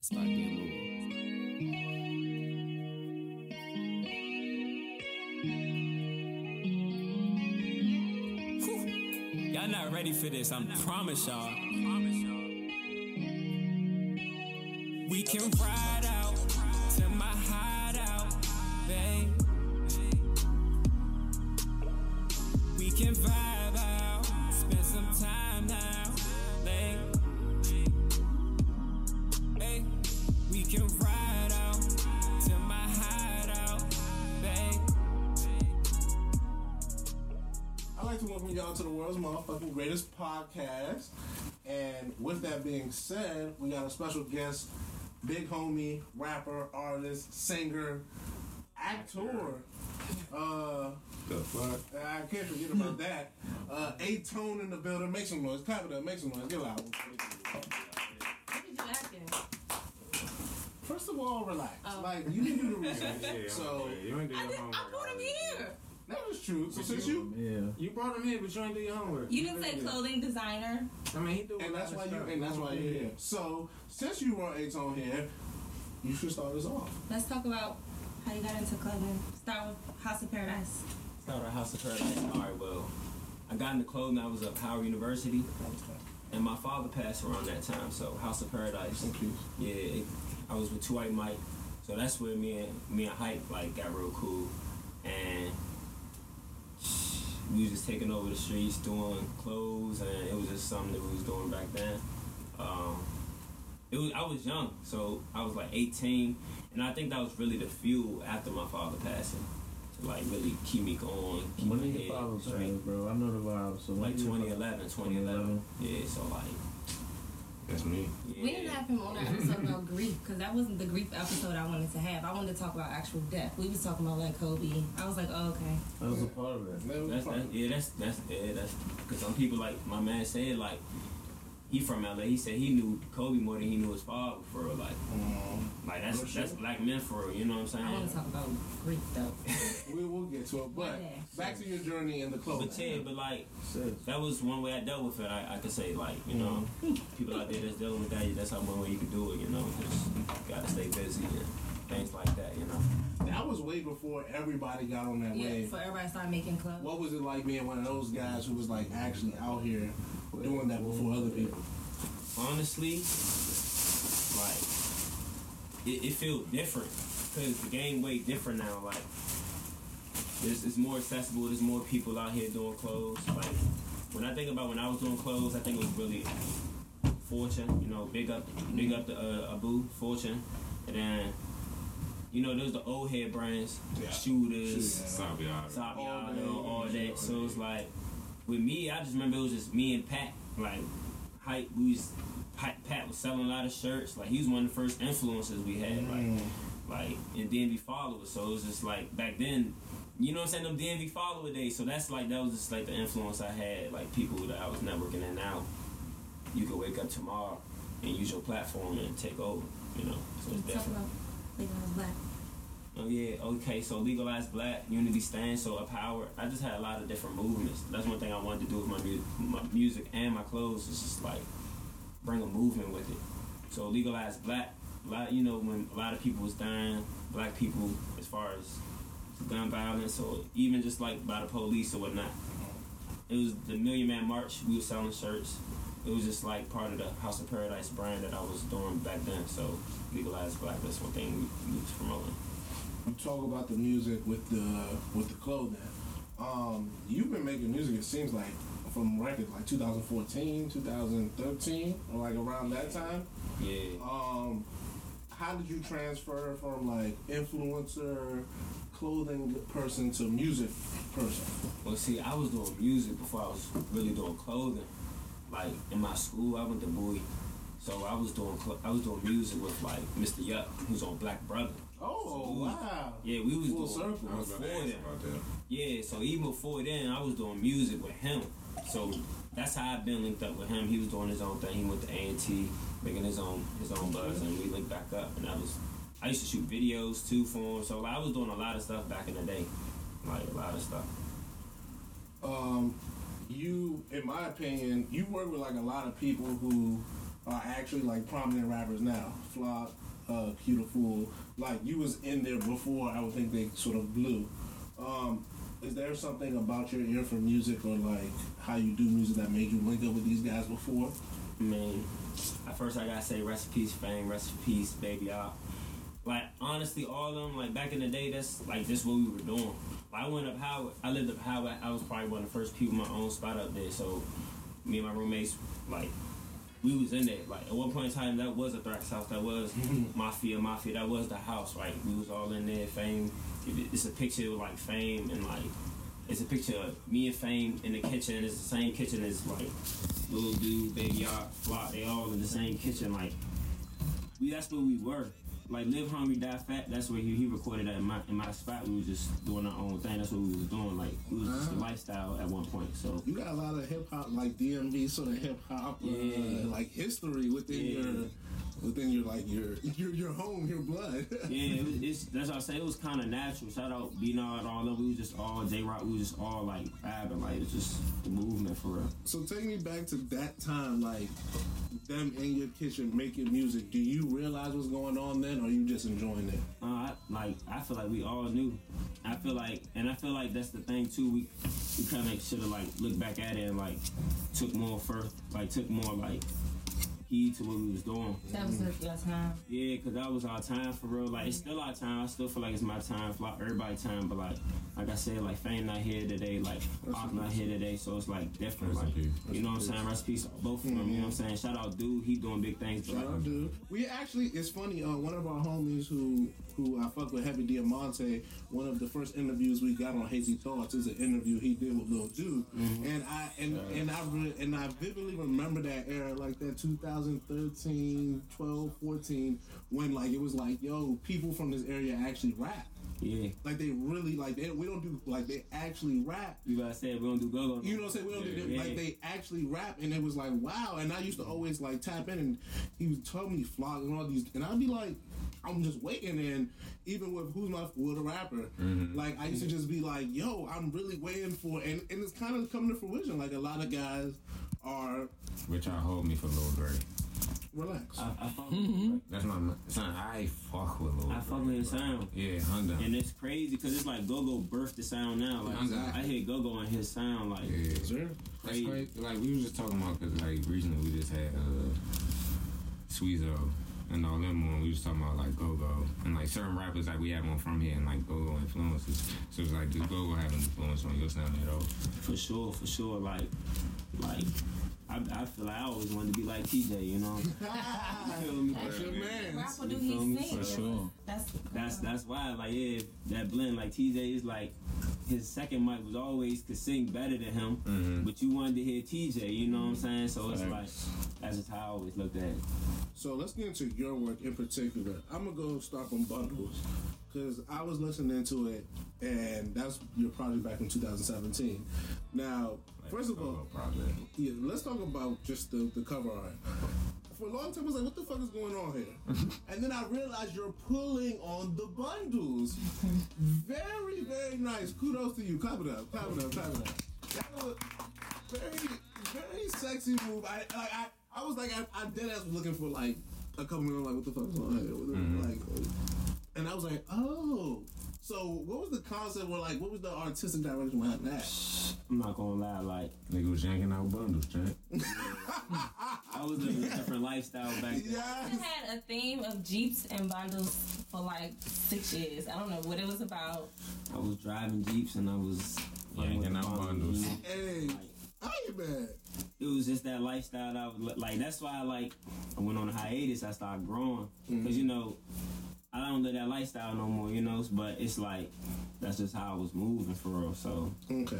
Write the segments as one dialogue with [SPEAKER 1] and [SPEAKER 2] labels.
[SPEAKER 1] Start damn movie. Whew. Y'all not ready for this. I promise y'all. We can ride out to my hideout, babe. We can vibe out, spend some time now, babe. Hey, we can ride out to my hideout, babe.
[SPEAKER 2] I'd like to welcome y'all to the world's motherfucking greatest podcast. And with that being said, we got a special guest, big homie, rapper, artist, singer, actor. Uh,
[SPEAKER 3] The fuck?
[SPEAKER 2] I can't forget about that. Uh, a tone in the building. Make some noise. Clap it up. Make some noise. Get loud.
[SPEAKER 4] Look at you acting.
[SPEAKER 2] First of all, relax.
[SPEAKER 4] Oh.
[SPEAKER 2] Like you didn't do the
[SPEAKER 3] Yeah,
[SPEAKER 2] research, so
[SPEAKER 3] yeah, you ain't do
[SPEAKER 4] I,
[SPEAKER 3] your
[SPEAKER 4] did,
[SPEAKER 3] homework.
[SPEAKER 4] I brought him here.
[SPEAKER 2] that was true. So since you
[SPEAKER 5] Yeah.
[SPEAKER 3] You brought him here, but you ain't do your homework.
[SPEAKER 4] You didn't say
[SPEAKER 3] did.
[SPEAKER 4] clothing designer.
[SPEAKER 3] I mean, he do. a
[SPEAKER 2] And
[SPEAKER 3] lot
[SPEAKER 2] that's
[SPEAKER 3] of
[SPEAKER 2] why you
[SPEAKER 3] stuff.
[SPEAKER 2] and that's why you're here. So since you are eight on here, you should start us off.
[SPEAKER 4] Let's talk about how you got into clothing. Start with House of Paradise.
[SPEAKER 1] Started a house of paradise. All right, well, I got into clothing. I was at Howard University, and my father passed around that time. So House of Paradise.
[SPEAKER 2] Thank you.
[SPEAKER 1] Yeah, it, I was with Two White Mike, so that's where me and me and Hype like got real cool, and we was just taking over the streets doing clothes, and it was just something that we was doing back then. Um, it was I was young, so I was like 18, and I think that was really the fuel after my father passing to like really keep me going. Keep
[SPEAKER 5] When
[SPEAKER 1] my
[SPEAKER 5] did
[SPEAKER 1] head
[SPEAKER 5] your father
[SPEAKER 1] straight.
[SPEAKER 5] pass, bro? I know the vibe. So when
[SPEAKER 1] Like
[SPEAKER 5] did your
[SPEAKER 1] 2011, 2011.
[SPEAKER 5] 2011.
[SPEAKER 1] Yeah, so like.
[SPEAKER 3] That's me.
[SPEAKER 1] Yeah.
[SPEAKER 4] We didn't have him on our episode about grief because that wasn't the grief episode I wanted to have. I wanted to talk about actual death. We was talking about like Kobe. I was like, oh, okay.
[SPEAKER 5] father- That was a part of it.
[SPEAKER 2] That was
[SPEAKER 1] That's, that's
[SPEAKER 2] fun.
[SPEAKER 1] yeah, that's that's yeah, that's because some people like my man said like he from LA. He said he knew Kobe more than he knew his father for real. Like
[SPEAKER 2] Um,
[SPEAKER 1] like that's
[SPEAKER 2] Real shit.
[SPEAKER 1] that's black men for real. You know what
[SPEAKER 4] I
[SPEAKER 1] I'm
[SPEAKER 4] want to
[SPEAKER 1] saying?
[SPEAKER 4] talk about grief though.
[SPEAKER 2] we will get to it, but
[SPEAKER 4] Yeah.
[SPEAKER 2] back to your journey in the clothing.
[SPEAKER 1] But yeah, but like
[SPEAKER 5] Sis.
[SPEAKER 1] that was one way I dealt with it. I, I could say like you know people out there that's dealing with that. That's how one way you can do it. You know, just gotta stay busy and things like that. You know.
[SPEAKER 2] that was way before everybody got on that
[SPEAKER 4] yeah,
[SPEAKER 2] wave.
[SPEAKER 4] so everybody started making clothes.
[SPEAKER 2] What was it like being one of those guys who was like actually out here doing that before other people?
[SPEAKER 1] honestly, like it, it feels different because the game way different now. Like there's it's more accessible. There's more people out here doing clothes. Like when I think about when I was doing clothes, I think it was really Fortune. You know, big up, big up the uh, Abu Fortune, and then. You know, there's the old head brands,
[SPEAKER 3] Yeah.
[SPEAKER 1] shooters,
[SPEAKER 2] Shooters.
[SPEAKER 3] Sorry, y'all.
[SPEAKER 1] Top
[SPEAKER 2] All
[SPEAKER 1] all,
[SPEAKER 2] day.
[SPEAKER 1] all that. So it's like with me, I just remember it was just me and Pat. Like hype, we was Pat, Pat was selling a lot of shirts. Like he was one of the first influences we had.
[SPEAKER 2] Mm.
[SPEAKER 1] Like like and DMV followers. So it was just like back then. You know what I'm saying? Them DMV follower days. So that's like that was just like the influence I had. Like people that I was networking and now you could wake up tomorrow and use your platform and take over. You know. So it's
[SPEAKER 4] Talk
[SPEAKER 1] different.
[SPEAKER 4] about Legal is Black.
[SPEAKER 1] Oh yeah, okay. So legalize black unity stands. So empower. I just had a lot of different movements. That's one thing I wanted to do with my music, my music and my clothes. Is just like bring a movement with it. So legalize black. A lot, you know, when a lot of people was dying, black people as far as gun violence or even just like by the police or whatnot. It was the Million Man March. We were selling shirts. It was just like part of the House of Paradise brand that I was doing back then. So legalize black. That's one thing we, we was promoting.
[SPEAKER 2] You talk about the music with the with the clothing. Um, you've been making music. It seems like from records like 2014, 2013, or like around that time.
[SPEAKER 1] Yeah.
[SPEAKER 2] Um, how did you transfer from like influencer, clothing person to music person?
[SPEAKER 1] Well, see, I was doing music before I was really doing clothing. Like in my school, I went to Bowie, so I was doing cl- I was doing music with like Mr. Yup, who's on Black Brother.
[SPEAKER 2] Oh wow!
[SPEAKER 1] Yeah, we was
[SPEAKER 2] Full
[SPEAKER 1] doing
[SPEAKER 2] circle.
[SPEAKER 3] I was about to
[SPEAKER 1] before
[SPEAKER 3] ask
[SPEAKER 1] them.
[SPEAKER 3] about that.
[SPEAKER 1] Yeah, so even before then, I was doing music with him. So that's how I've been linked up with him. He was doing his own thing. He went to A and T, making his own his own buzz, and we linked back up. And I was I used to shoot videos too for him. So like, I was doing a lot of stuff back in the day, like a lot of stuff.
[SPEAKER 2] um, you, in my opinion, you work with like a lot of people who are actually like prominent rappers now. Flock, uh, Q the Fool. Like you was in there before. I would think they sort of blew. Um, is there something about your ear for music or like how you do music that made you link up with these guys before?
[SPEAKER 1] I mean, at first I gotta say recipes, fame, recipes, baby out. Like honestly, all of them. Like back in the day, that's like this what we were doing. I went up Howard. I lived up Howard. I was probably one of the first people in my own spot up there. So me and my roommates, like we was in there. Like at one point in time, that was a Thrax house. That was Mafia, Mafia. That was the house. Right, we was all in there. Fame. It- It's a picture of like Fame and like it's a picture of me and Fame in the kitchen. It's the same kitchen as like little dude, baby, y'all, flock. They all in the same kitchen. Like we, that's where we were. Like live hungry, die fat. That's where he, he recorded that in my in my spot. We was just doing our own thing. That's what we was doing. Like it was just a lifestyle at one point. So
[SPEAKER 2] You got a lot of hip hop, like DMV sort of hip hop,
[SPEAKER 1] Yeah.
[SPEAKER 2] uh, like history within
[SPEAKER 1] Yeah.
[SPEAKER 2] your, within your like your your your home, your blood.
[SPEAKER 1] yeah, it was, it's that's what I say. It was kind of natural. Shout out Beanard, all of we was just all J Rock. We was just all like vibing. Like it was just the movement for real.
[SPEAKER 2] So take me back to that time, like them in your kitchen making music. Do you realize what's going on then, or you just enjoying it?
[SPEAKER 1] Uh, I, like I feel like we all knew. I feel like, and I feel like that's the thing too. We we kind of should have like looked back at it and like took more first, like took more like heed to what we was doing.
[SPEAKER 4] That was just your time.
[SPEAKER 1] Yeah, cause that was our time for real. Like it's still our time. I still feel like it's my time, for like everybody's time. But like, like I said, like Fame not here today, like Ock not here today, so it's like different.
[SPEAKER 3] Rest
[SPEAKER 1] Like,
[SPEAKER 3] in peace.
[SPEAKER 1] you know what I'm saying? Rest in peace, both of them. You know what I'm saying? Shout out, dude. He doing big things. But,
[SPEAKER 2] Shout
[SPEAKER 1] like,
[SPEAKER 2] out, dude. We actually, it's funny. Uh, one of our homies who who I fuck with, Heavy Diamante. One of the first interviews we got on Hazy Thoughts is an interview he did with Lil Dude, and I and and I re- and I vividly remember that era, like that 2013, 12, 14, when like it was like, yo, people from this area actually rap.
[SPEAKER 1] yeah,
[SPEAKER 2] Like they really like they, we don't do like they actually rap.
[SPEAKER 1] you guys said we don't do go go.
[SPEAKER 2] You know what I'm saying? We don't do that.
[SPEAKER 1] Yeah.
[SPEAKER 2] Like they actually rap, and it was like wow. And I used to always like tap in, and he was telling me flog and all these, and I'd be like, I'm just waiting. And even with who's my with a rapper,
[SPEAKER 1] Mm-hmm.
[SPEAKER 2] like I used to just be like, yo, I'm really waiting for, and and it's kind of coming to fruition. Like a lot of guys are
[SPEAKER 3] Which I hold me for Lil Dirty.
[SPEAKER 2] relaxed.
[SPEAKER 1] I, I fuck with you, bro.
[SPEAKER 3] That's my ma- son. I fuck with Lil.
[SPEAKER 1] I
[SPEAKER 3] Durk,
[SPEAKER 1] fuck with his
[SPEAKER 3] bro.
[SPEAKER 1] sound.
[SPEAKER 3] Yeah, I'm down.
[SPEAKER 1] And it's crazy because it's like Go Go birthed the sound now. Like
[SPEAKER 3] Exactly.
[SPEAKER 1] I hear Go Go on his sound. Like
[SPEAKER 3] yeah,
[SPEAKER 2] Sure.
[SPEAKER 3] that's crazy. Like we was just talking about because like recently we just had uh, Sweezo and all them on. We was talking about like Go Go and like certain rappers like we have on from here and like Go Go influences. So it's like does Go Go have an influence on your sound at all?
[SPEAKER 1] for sure, for sure. Like like I, I feel like I always wanted to be like TJ. You know, you feel me?
[SPEAKER 2] That's your man.
[SPEAKER 4] Rapper do
[SPEAKER 1] You feel
[SPEAKER 4] he
[SPEAKER 1] me?
[SPEAKER 4] sing?
[SPEAKER 1] For
[SPEAKER 5] sure.
[SPEAKER 4] That's
[SPEAKER 1] That's that's why like yeah that blend like TJ is like his second mic was always could sing better than him,
[SPEAKER 3] Mhm.
[SPEAKER 1] but you wanted to hear TJ. You know what I'm saying? So it's like
[SPEAKER 5] Facts.
[SPEAKER 1] that's just how I always looked at it.
[SPEAKER 2] So let's get into your work in particular. I'm gonna go start on bundles because I was listening to it, and that's your project back in 2017. Now, first of
[SPEAKER 3] Go
[SPEAKER 2] all,
[SPEAKER 3] Go project.
[SPEAKER 2] yeah, let's talk about just the, the cover art. For a long time, I was like, "What the fuck is going on here?" and then I realized you're pulling on the bundles. very, very nice. Kudos to you. Clap it up. Clap it up. Clap it up. That was very, very sexy move. I, like, I, I was like, I, I dead ass was looking for like a couple minutes, like, what the fuck is going on here? What the- Like, and I was like, oh. So, what was the concept? Or like, what was the artistic direction behind that?
[SPEAKER 1] I'm not gonna lie, like
[SPEAKER 3] Nigga was yanking out bundles, champ.
[SPEAKER 1] I was living a different lifestyle back then.
[SPEAKER 4] I
[SPEAKER 2] Yes.
[SPEAKER 4] had a theme of jeeps and bundles for like six years. I don't know what it was about.
[SPEAKER 1] I was driving jeeps and I was fucking with
[SPEAKER 3] Yanking out
[SPEAKER 1] the bundles,
[SPEAKER 3] bundles.
[SPEAKER 1] you know?
[SPEAKER 2] Hey, I ain't mad.
[SPEAKER 1] it was just that lifestyle that I was li- like. That's why like I went on a hiatus. I started growing because you know I don't live that lifestyle no more. You know, but it's like that's just how I was moving for real. So
[SPEAKER 2] Okay.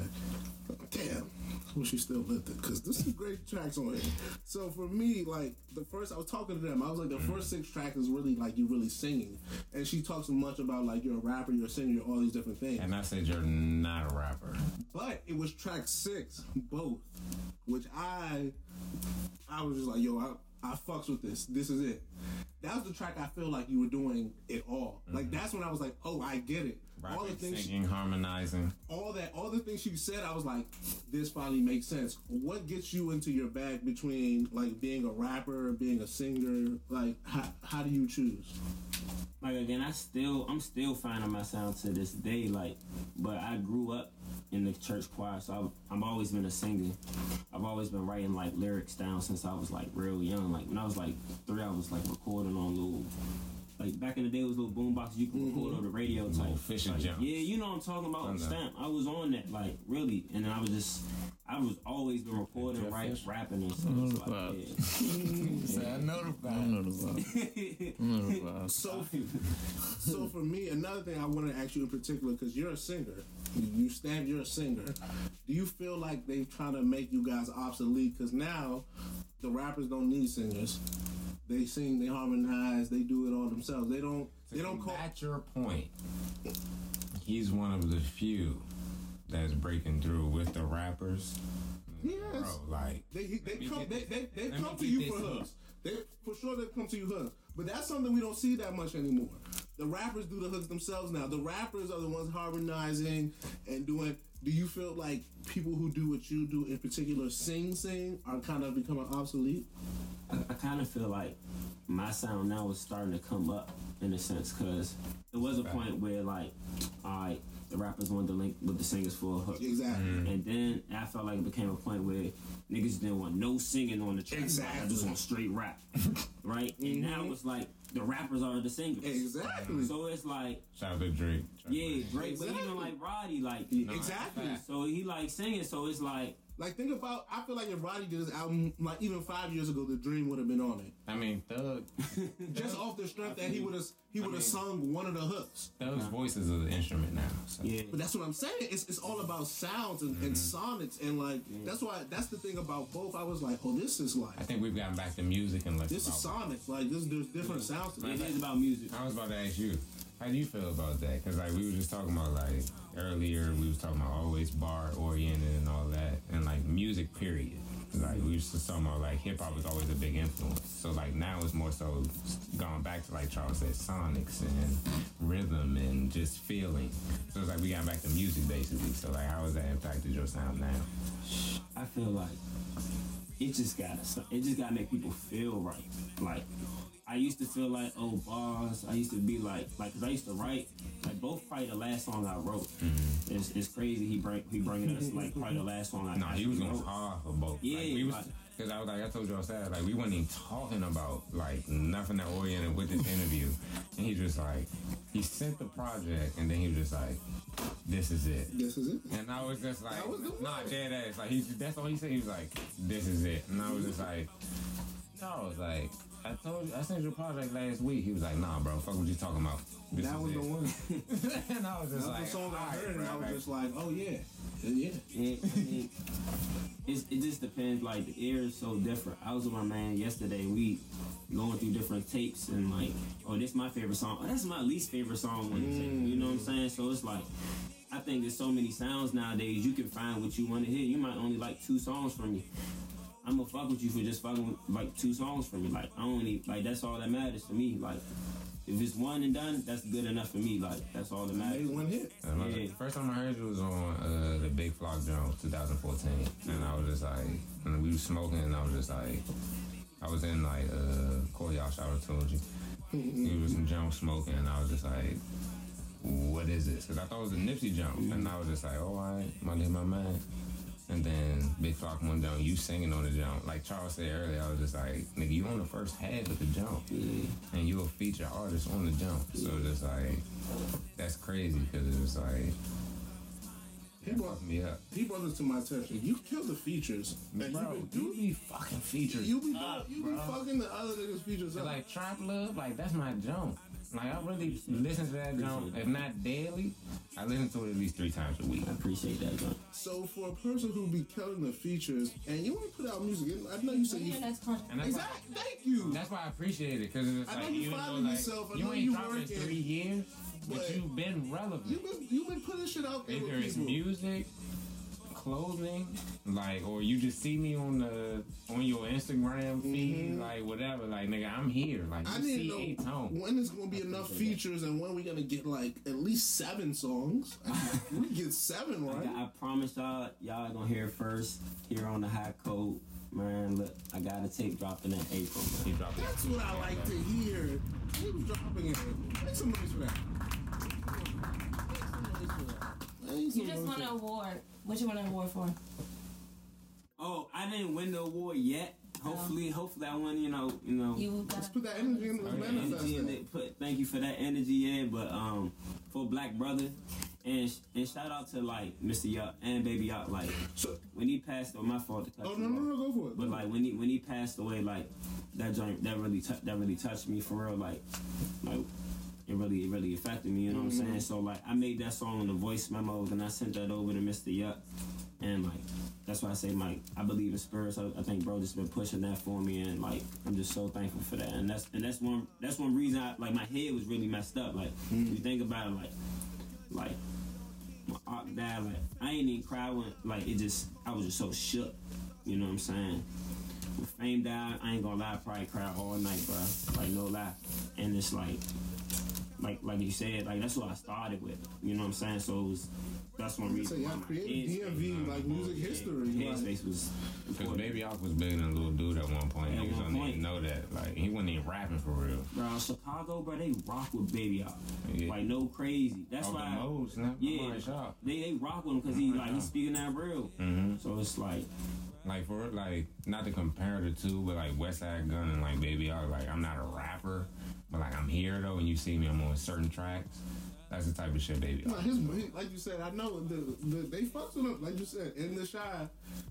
[SPEAKER 2] Damn. I wish you still lived it, because there's some great tracks on it. So for me, like the first I was talking to them, I was like the first six tracks is really like you really singing. And she talks much about like you're a rapper, you're a singer, you're all these different things.
[SPEAKER 3] And I said you're not a rapper.
[SPEAKER 2] But it was track six, both, which I I was just like, yo, I, I fucks with this. This is it. That was the track I feel like you were doing it all. Like that's when I was like, oh, I get it. All the
[SPEAKER 3] Rapping,
[SPEAKER 2] things-
[SPEAKER 3] singing, harmonizing.
[SPEAKER 2] all that, all the things you said, I was like, this finally makes sense. What gets you into your bag between like being a rapper, being a singer? Like, how, how do you choose?
[SPEAKER 1] like again i still i'm still finding my sound to this day like but i grew up in the church choir so I've, I've always been a singer i've always been writing like lyrics down since i was like real young like when i was like three i was like recording on little like back in the day it was little boom boxes you could record on the radio type
[SPEAKER 3] Little fishing
[SPEAKER 1] like,
[SPEAKER 3] jumps.
[SPEAKER 1] yeah you know what i'm talking about
[SPEAKER 3] I know.
[SPEAKER 1] stamp i was on that like really and then i was just i was always been recording
[SPEAKER 3] Jeff
[SPEAKER 1] right
[SPEAKER 3] Fish.
[SPEAKER 1] rapping and stuff
[SPEAKER 5] Mm,
[SPEAKER 1] It's
[SPEAKER 5] wow.
[SPEAKER 1] like, yeah.
[SPEAKER 6] I know the
[SPEAKER 5] I
[SPEAKER 6] vibe.
[SPEAKER 5] know the vibes. I know the vibes.
[SPEAKER 2] So, so for me, another thing I wanted to ask you in particular, because you're a singer, you stand, you're a singer. Do you feel like they trying to make you guys obsolete? Because now the rappers don't need singers. They sing, they harmonize, they do it all themselves. They don't. They don't call.
[SPEAKER 3] At your point, he's one of the few that's breaking through with the rappers.
[SPEAKER 2] Yes.
[SPEAKER 3] Bro, like
[SPEAKER 2] They he-
[SPEAKER 3] Let
[SPEAKER 2] they
[SPEAKER 3] me
[SPEAKER 2] come
[SPEAKER 3] get
[SPEAKER 2] they
[SPEAKER 3] this.
[SPEAKER 2] they, they
[SPEAKER 3] Let me
[SPEAKER 2] come to
[SPEAKER 3] get
[SPEAKER 2] you
[SPEAKER 3] this
[SPEAKER 2] for
[SPEAKER 3] hook.
[SPEAKER 2] hooks. They for sure they come to you hooks. But that's something we don't see that much anymore. The rappers do the hooks themselves now. The rappers are the ones harmonizing and doing. Do you feel like people who do what you do, in particular, sing sing, are kind of becoming obsolete?
[SPEAKER 1] I kind of feel like my sound now is starting to come up in a sense because it was a point where like, all right, the rappers wanted to link with the singers for a hook.
[SPEAKER 2] Exactly.
[SPEAKER 3] Mm.
[SPEAKER 1] And then I felt like it became a point where niggas didn't want no singing on the track. Like, I just
[SPEAKER 2] Exactly. Mhm.
[SPEAKER 1] want straight rap, right? And now it's like the rappers are the singers.
[SPEAKER 2] Exactly.
[SPEAKER 1] So it's like,
[SPEAKER 3] shout out to Drake. Shout out to
[SPEAKER 1] yeah,
[SPEAKER 3] Drake.
[SPEAKER 1] Drake, but
[SPEAKER 2] Exactly.
[SPEAKER 1] even like Roddy, like,
[SPEAKER 2] exactly.
[SPEAKER 1] so he like singing, so it's like,
[SPEAKER 2] Like think about. I feel like if Roddy did this album, like even five years ago, the Dream would have been on it.
[SPEAKER 3] I mean, Thug.
[SPEAKER 2] Just off the strength that he would have he
[SPEAKER 3] I
[SPEAKER 2] would have
[SPEAKER 3] mean-
[SPEAKER 2] sung one of the hooks.
[SPEAKER 3] Thug's voice is an instrument now. So.
[SPEAKER 1] yeah.
[SPEAKER 2] But that's what I'm saying. It's, it's all about sounds and, and
[SPEAKER 3] Mm-hmm.
[SPEAKER 2] sonics and like that's why that's the thing about both. I was like, oh, this is like
[SPEAKER 3] I think we've gotten back to music and less.
[SPEAKER 2] this is
[SPEAKER 3] about-
[SPEAKER 2] sonics. Like this, there's different sounds. To
[SPEAKER 1] It
[SPEAKER 2] it.
[SPEAKER 1] is about music.
[SPEAKER 3] I was about to ask you, how do you feel about that? Because like we were just talking about like earlier, we was talking about always bar oriented and all that, and like music period. 'Cause, Like we was just talking about like hip hop was always a big influence. So like now it's more so going back to like Charles said, sonics and rhythm and just feeling. So it's like we got back to music basically. So like how has that impacted your sound now?
[SPEAKER 1] I feel like it just gotta it just gotta make people feel right. Like I used to feel like oh bars. I used to be like like 'cause I used to write like both probably the last song I wrote. It's, it's crazy he bring he bringing us like probably the last song I
[SPEAKER 3] No, Mm-hmm. he was
[SPEAKER 1] actually
[SPEAKER 3] going
[SPEAKER 1] wrote.
[SPEAKER 3] hard for both.
[SPEAKER 1] Yeah,
[SPEAKER 3] like, we was,
[SPEAKER 1] like-
[SPEAKER 3] Cause I was like, I told you all sad, like we wasn't even talking about like nothing that oriented with this interview, and he just like, he sent the project, and then he was just like, this is it,
[SPEAKER 2] This is it.
[SPEAKER 3] and I was just like,
[SPEAKER 2] That was the
[SPEAKER 3] nah,
[SPEAKER 2] word.
[SPEAKER 3] dead ass, like he, that's all he said. He was like, this is it, and I was just like, no, I was like, I told you, I sent you a project last week. He was like, nah, bro, fuck what you talking about. This
[SPEAKER 2] That
[SPEAKER 3] is
[SPEAKER 2] was
[SPEAKER 3] it.
[SPEAKER 2] the one.
[SPEAKER 3] and I was
[SPEAKER 2] That was
[SPEAKER 3] just like,
[SPEAKER 2] the song I
[SPEAKER 3] "All right,
[SPEAKER 2] heard, and
[SPEAKER 3] bro,
[SPEAKER 2] I was
[SPEAKER 3] like,
[SPEAKER 2] just like, oh yeah, yeah.
[SPEAKER 1] Yeah, I mean, it's, it just depends. Like the ear is so different. I was with my man yesterday. We going through different tapes and like, oh, this my favorite song. Oh, that's my least favorite song. on the tape. You know what I'm saying? So it's like, I think there's so many sounds nowadays. You can find what you want to hear. You might only like two songs from me. I'm gonna fuck with you for just fucking with, like two songs from me. Like I only like that's all that matters to me. Like if it's one and done, that's good enough for me. Like that's all that
[SPEAKER 2] Made
[SPEAKER 1] matters.
[SPEAKER 2] one hit.
[SPEAKER 3] And I was
[SPEAKER 1] Yeah.
[SPEAKER 3] like, first time I heard you was on uh, the Big Flock Jones 2014, and I was just like, and we was smoking, and I was just like, I was in like uh, Corey y'all shout out to you. He was some jump smoking, and I was just like, what is this? Because I thought it was a Nipsey jump, and I was just like, oh, all right, my nigga, my man. And then Big Flock went down, you singing on the jump. Like Charles said earlier, I was just like, nigga, you on the first half of the jump, and you a feature artist on the jump. So just like, that's crazy because it was like
[SPEAKER 2] He brought
[SPEAKER 3] me up.
[SPEAKER 2] he brought this to my attention. You kill the features, and you be
[SPEAKER 3] you be fucking features.
[SPEAKER 2] you be, you be fucking the other niggas' features up.
[SPEAKER 3] like trap love, like that's my jump. Like I really listen to that jump, if not daily, I listen to it at least three times a week.
[SPEAKER 1] I appreciate that, John.
[SPEAKER 2] so for a person who be killing the features, and you want to put out music, and I know you said
[SPEAKER 4] What's
[SPEAKER 2] you.
[SPEAKER 4] your next project?
[SPEAKER 3] And that's why-
[SPEAKER 2] Exactly. Thank you.
[SPEAKER 3] That's why I appreciate it because it's
[SPEAKER 2] I
[SPEAKER 3] like
[SPEAKER 2] know you
[SPEAKER 3] even though,
[SPEAKER 2] finding
[SPEAKER 3] like,
[SPEAKER 2] yourself, I
[SPEAKER 3] you
[SPEAKER 2] know
[SPEAKER 3] ain't
[SPEAKER 2] you
[SPEAKER 3] dropped in
[SPEAKER 2] working,
[SPEAKER 3] three years, but,
[SPEAKER 2] but
[SPEAKER 3] you've been relevant.
[SPEAKER 2] You've been, you been putting shit out there
[SPEAKER 3] Either
[SPEAKER 2] with
[SPEAKER 3] it's
[SPEAKER 2] people.
[SPEAKER 3] music, clothing, like, or you just see me on the on your Instagram feed, like whatever, like nigga, I'm here. Like,
[SPEAKER 2] Mm-hmm. I
[SPEAKER 3] you
[SPEAKER 2] need
[SPEAKER 3] see
[SPEAKER 2] to
[SPEAKER 3] eight
[SPEAKER 2] know
[SPEAKER 3] tone.
[SPEAKER 2] when there's gonna be enough features and when we gonna get like at least seven songs. we get seven,
[SPEAKER 1] I, got-
[SPEAKER 2] right?
[SPEAKER 1] I promise y'all, y'all gonna hear it first here on the hot coat. Man, look, I got a tape dropping in April,
[SPEAKER 3] He
[SPEAKER 1] man.
[SPEAKER 3] dropped it.
[SPEAKER 2] That's what I like to hear. Who's dropping it? Make some noise for that. Make some
[SPEAKER 4] You
[SPEAKER 2] noise
[SPEAKER 4] just
[SPEAKER 2] for
[SPEAKER 4] won
[SPEAKER 2] that.
[SPEAKER 4] an award. What you won an award for?
[SPEAKER 1] Oh, I didn't win the award yet. Hopefully, hopefully I won. You know, you know.
[SPEAKER 4] You got
[SPEAKER 2] Let's put that energy in the
[SPEAKER 3] Okay.
[SPEAKER 2] manifest.
[SPEAKER 1] energy in
[SPEAKER 2] that.
[SPEAKER 1] it. Put, thank you for that energy in. But um, for Black Brother, and and shout out to like Mr. Yuck and Baby Yuck. Like
[SPEAKER 2] So,
[SPEAKER 1] when he passed, on my fault. To cut
[SPEAKER 2] oh
[SPEAKER 1] you
[SPEAKER 2] no no
[SPEAKER 1] off.
[SPEAKER 2] no, go for it.
[SPEAKER 1] But like when he when he passed away, like that joint that really tou that really touched me for real. Like like it really it really affected me. You know what I'm saying? So like I made that song in the voice memo, and I sent that over to Mr. Yuck. And like that's why I say like I believe in spirits. I, I think bro just been pushing that for me, and like I'm just so thankful for that. And that's and that's one that's one reason I like my head was really messed up. Like if you think about it, like like my aunt died. Like I ain't even cry when like it just I was just so shook. You know what I'm saying? When Fame died, I ain't gonna lie, I probably cried all night, bro. Like no lie, and it's like. Like, like you said, like that's what I started with. You know what I'm saying? So it was, that's one
[SPEAKER 2] so
[SPEAKER 1] reason.
[SPEAKER 2] y'all
[SPEAKER 1] why my
[SPEAKER 2] created
[SPEAKER 1] headspace-
[SPEAKER 2] DMV like music history.
[SPEAKER 1] yeah,
[SPEAKER 2] like-
[SPEAKER 1] Headspace was
[SPEAKER 3] Cause
[SPEAKER 1] important.
[SPEAKER 3] Baby Ock was bigger than Little Dude at one point.
[SPEAKER 1] At
[SPEAKER 3] Niggas
[SPEAKER 1] one
[SPEAKER 3] don't
[SPEAKER 1] point.
[SPEAKER 3] even know that. Like, he wasn't even rapping for real.
[SPEAKER 1] Bro, Chicago, bro, they rock with Baby Out.
[SPEAKER 3] Yeah.
[SPEAKER 1] Like no crazy. That's
[SPEAKER 3] Off Oh, the
[SPEAKER 1] why
[SPEAKER 3] modes, nigga.
[SPEAKER 1] Yeah.
[SPEAKER 3] Like, shop.
[SPEAKER 1] they they rock with him because he like he's speaking that real.
[SPEAKER 3] Mhm.
[SPEAKER 1] So it's like
[SPEAKER 3] Like for like not to compare the two, but like West Side Gun and like Baby I like I'm not a rapper, but like I'm here though, and you see me, I'm on certain tracks. That's the type of shit, Baby
[SPEAKER 2] No,
[SPEAKER 3] Ock.
[SPEAKER 2] his, his- like you said, I know the, the, they fucked with him. Like you said, in the shy,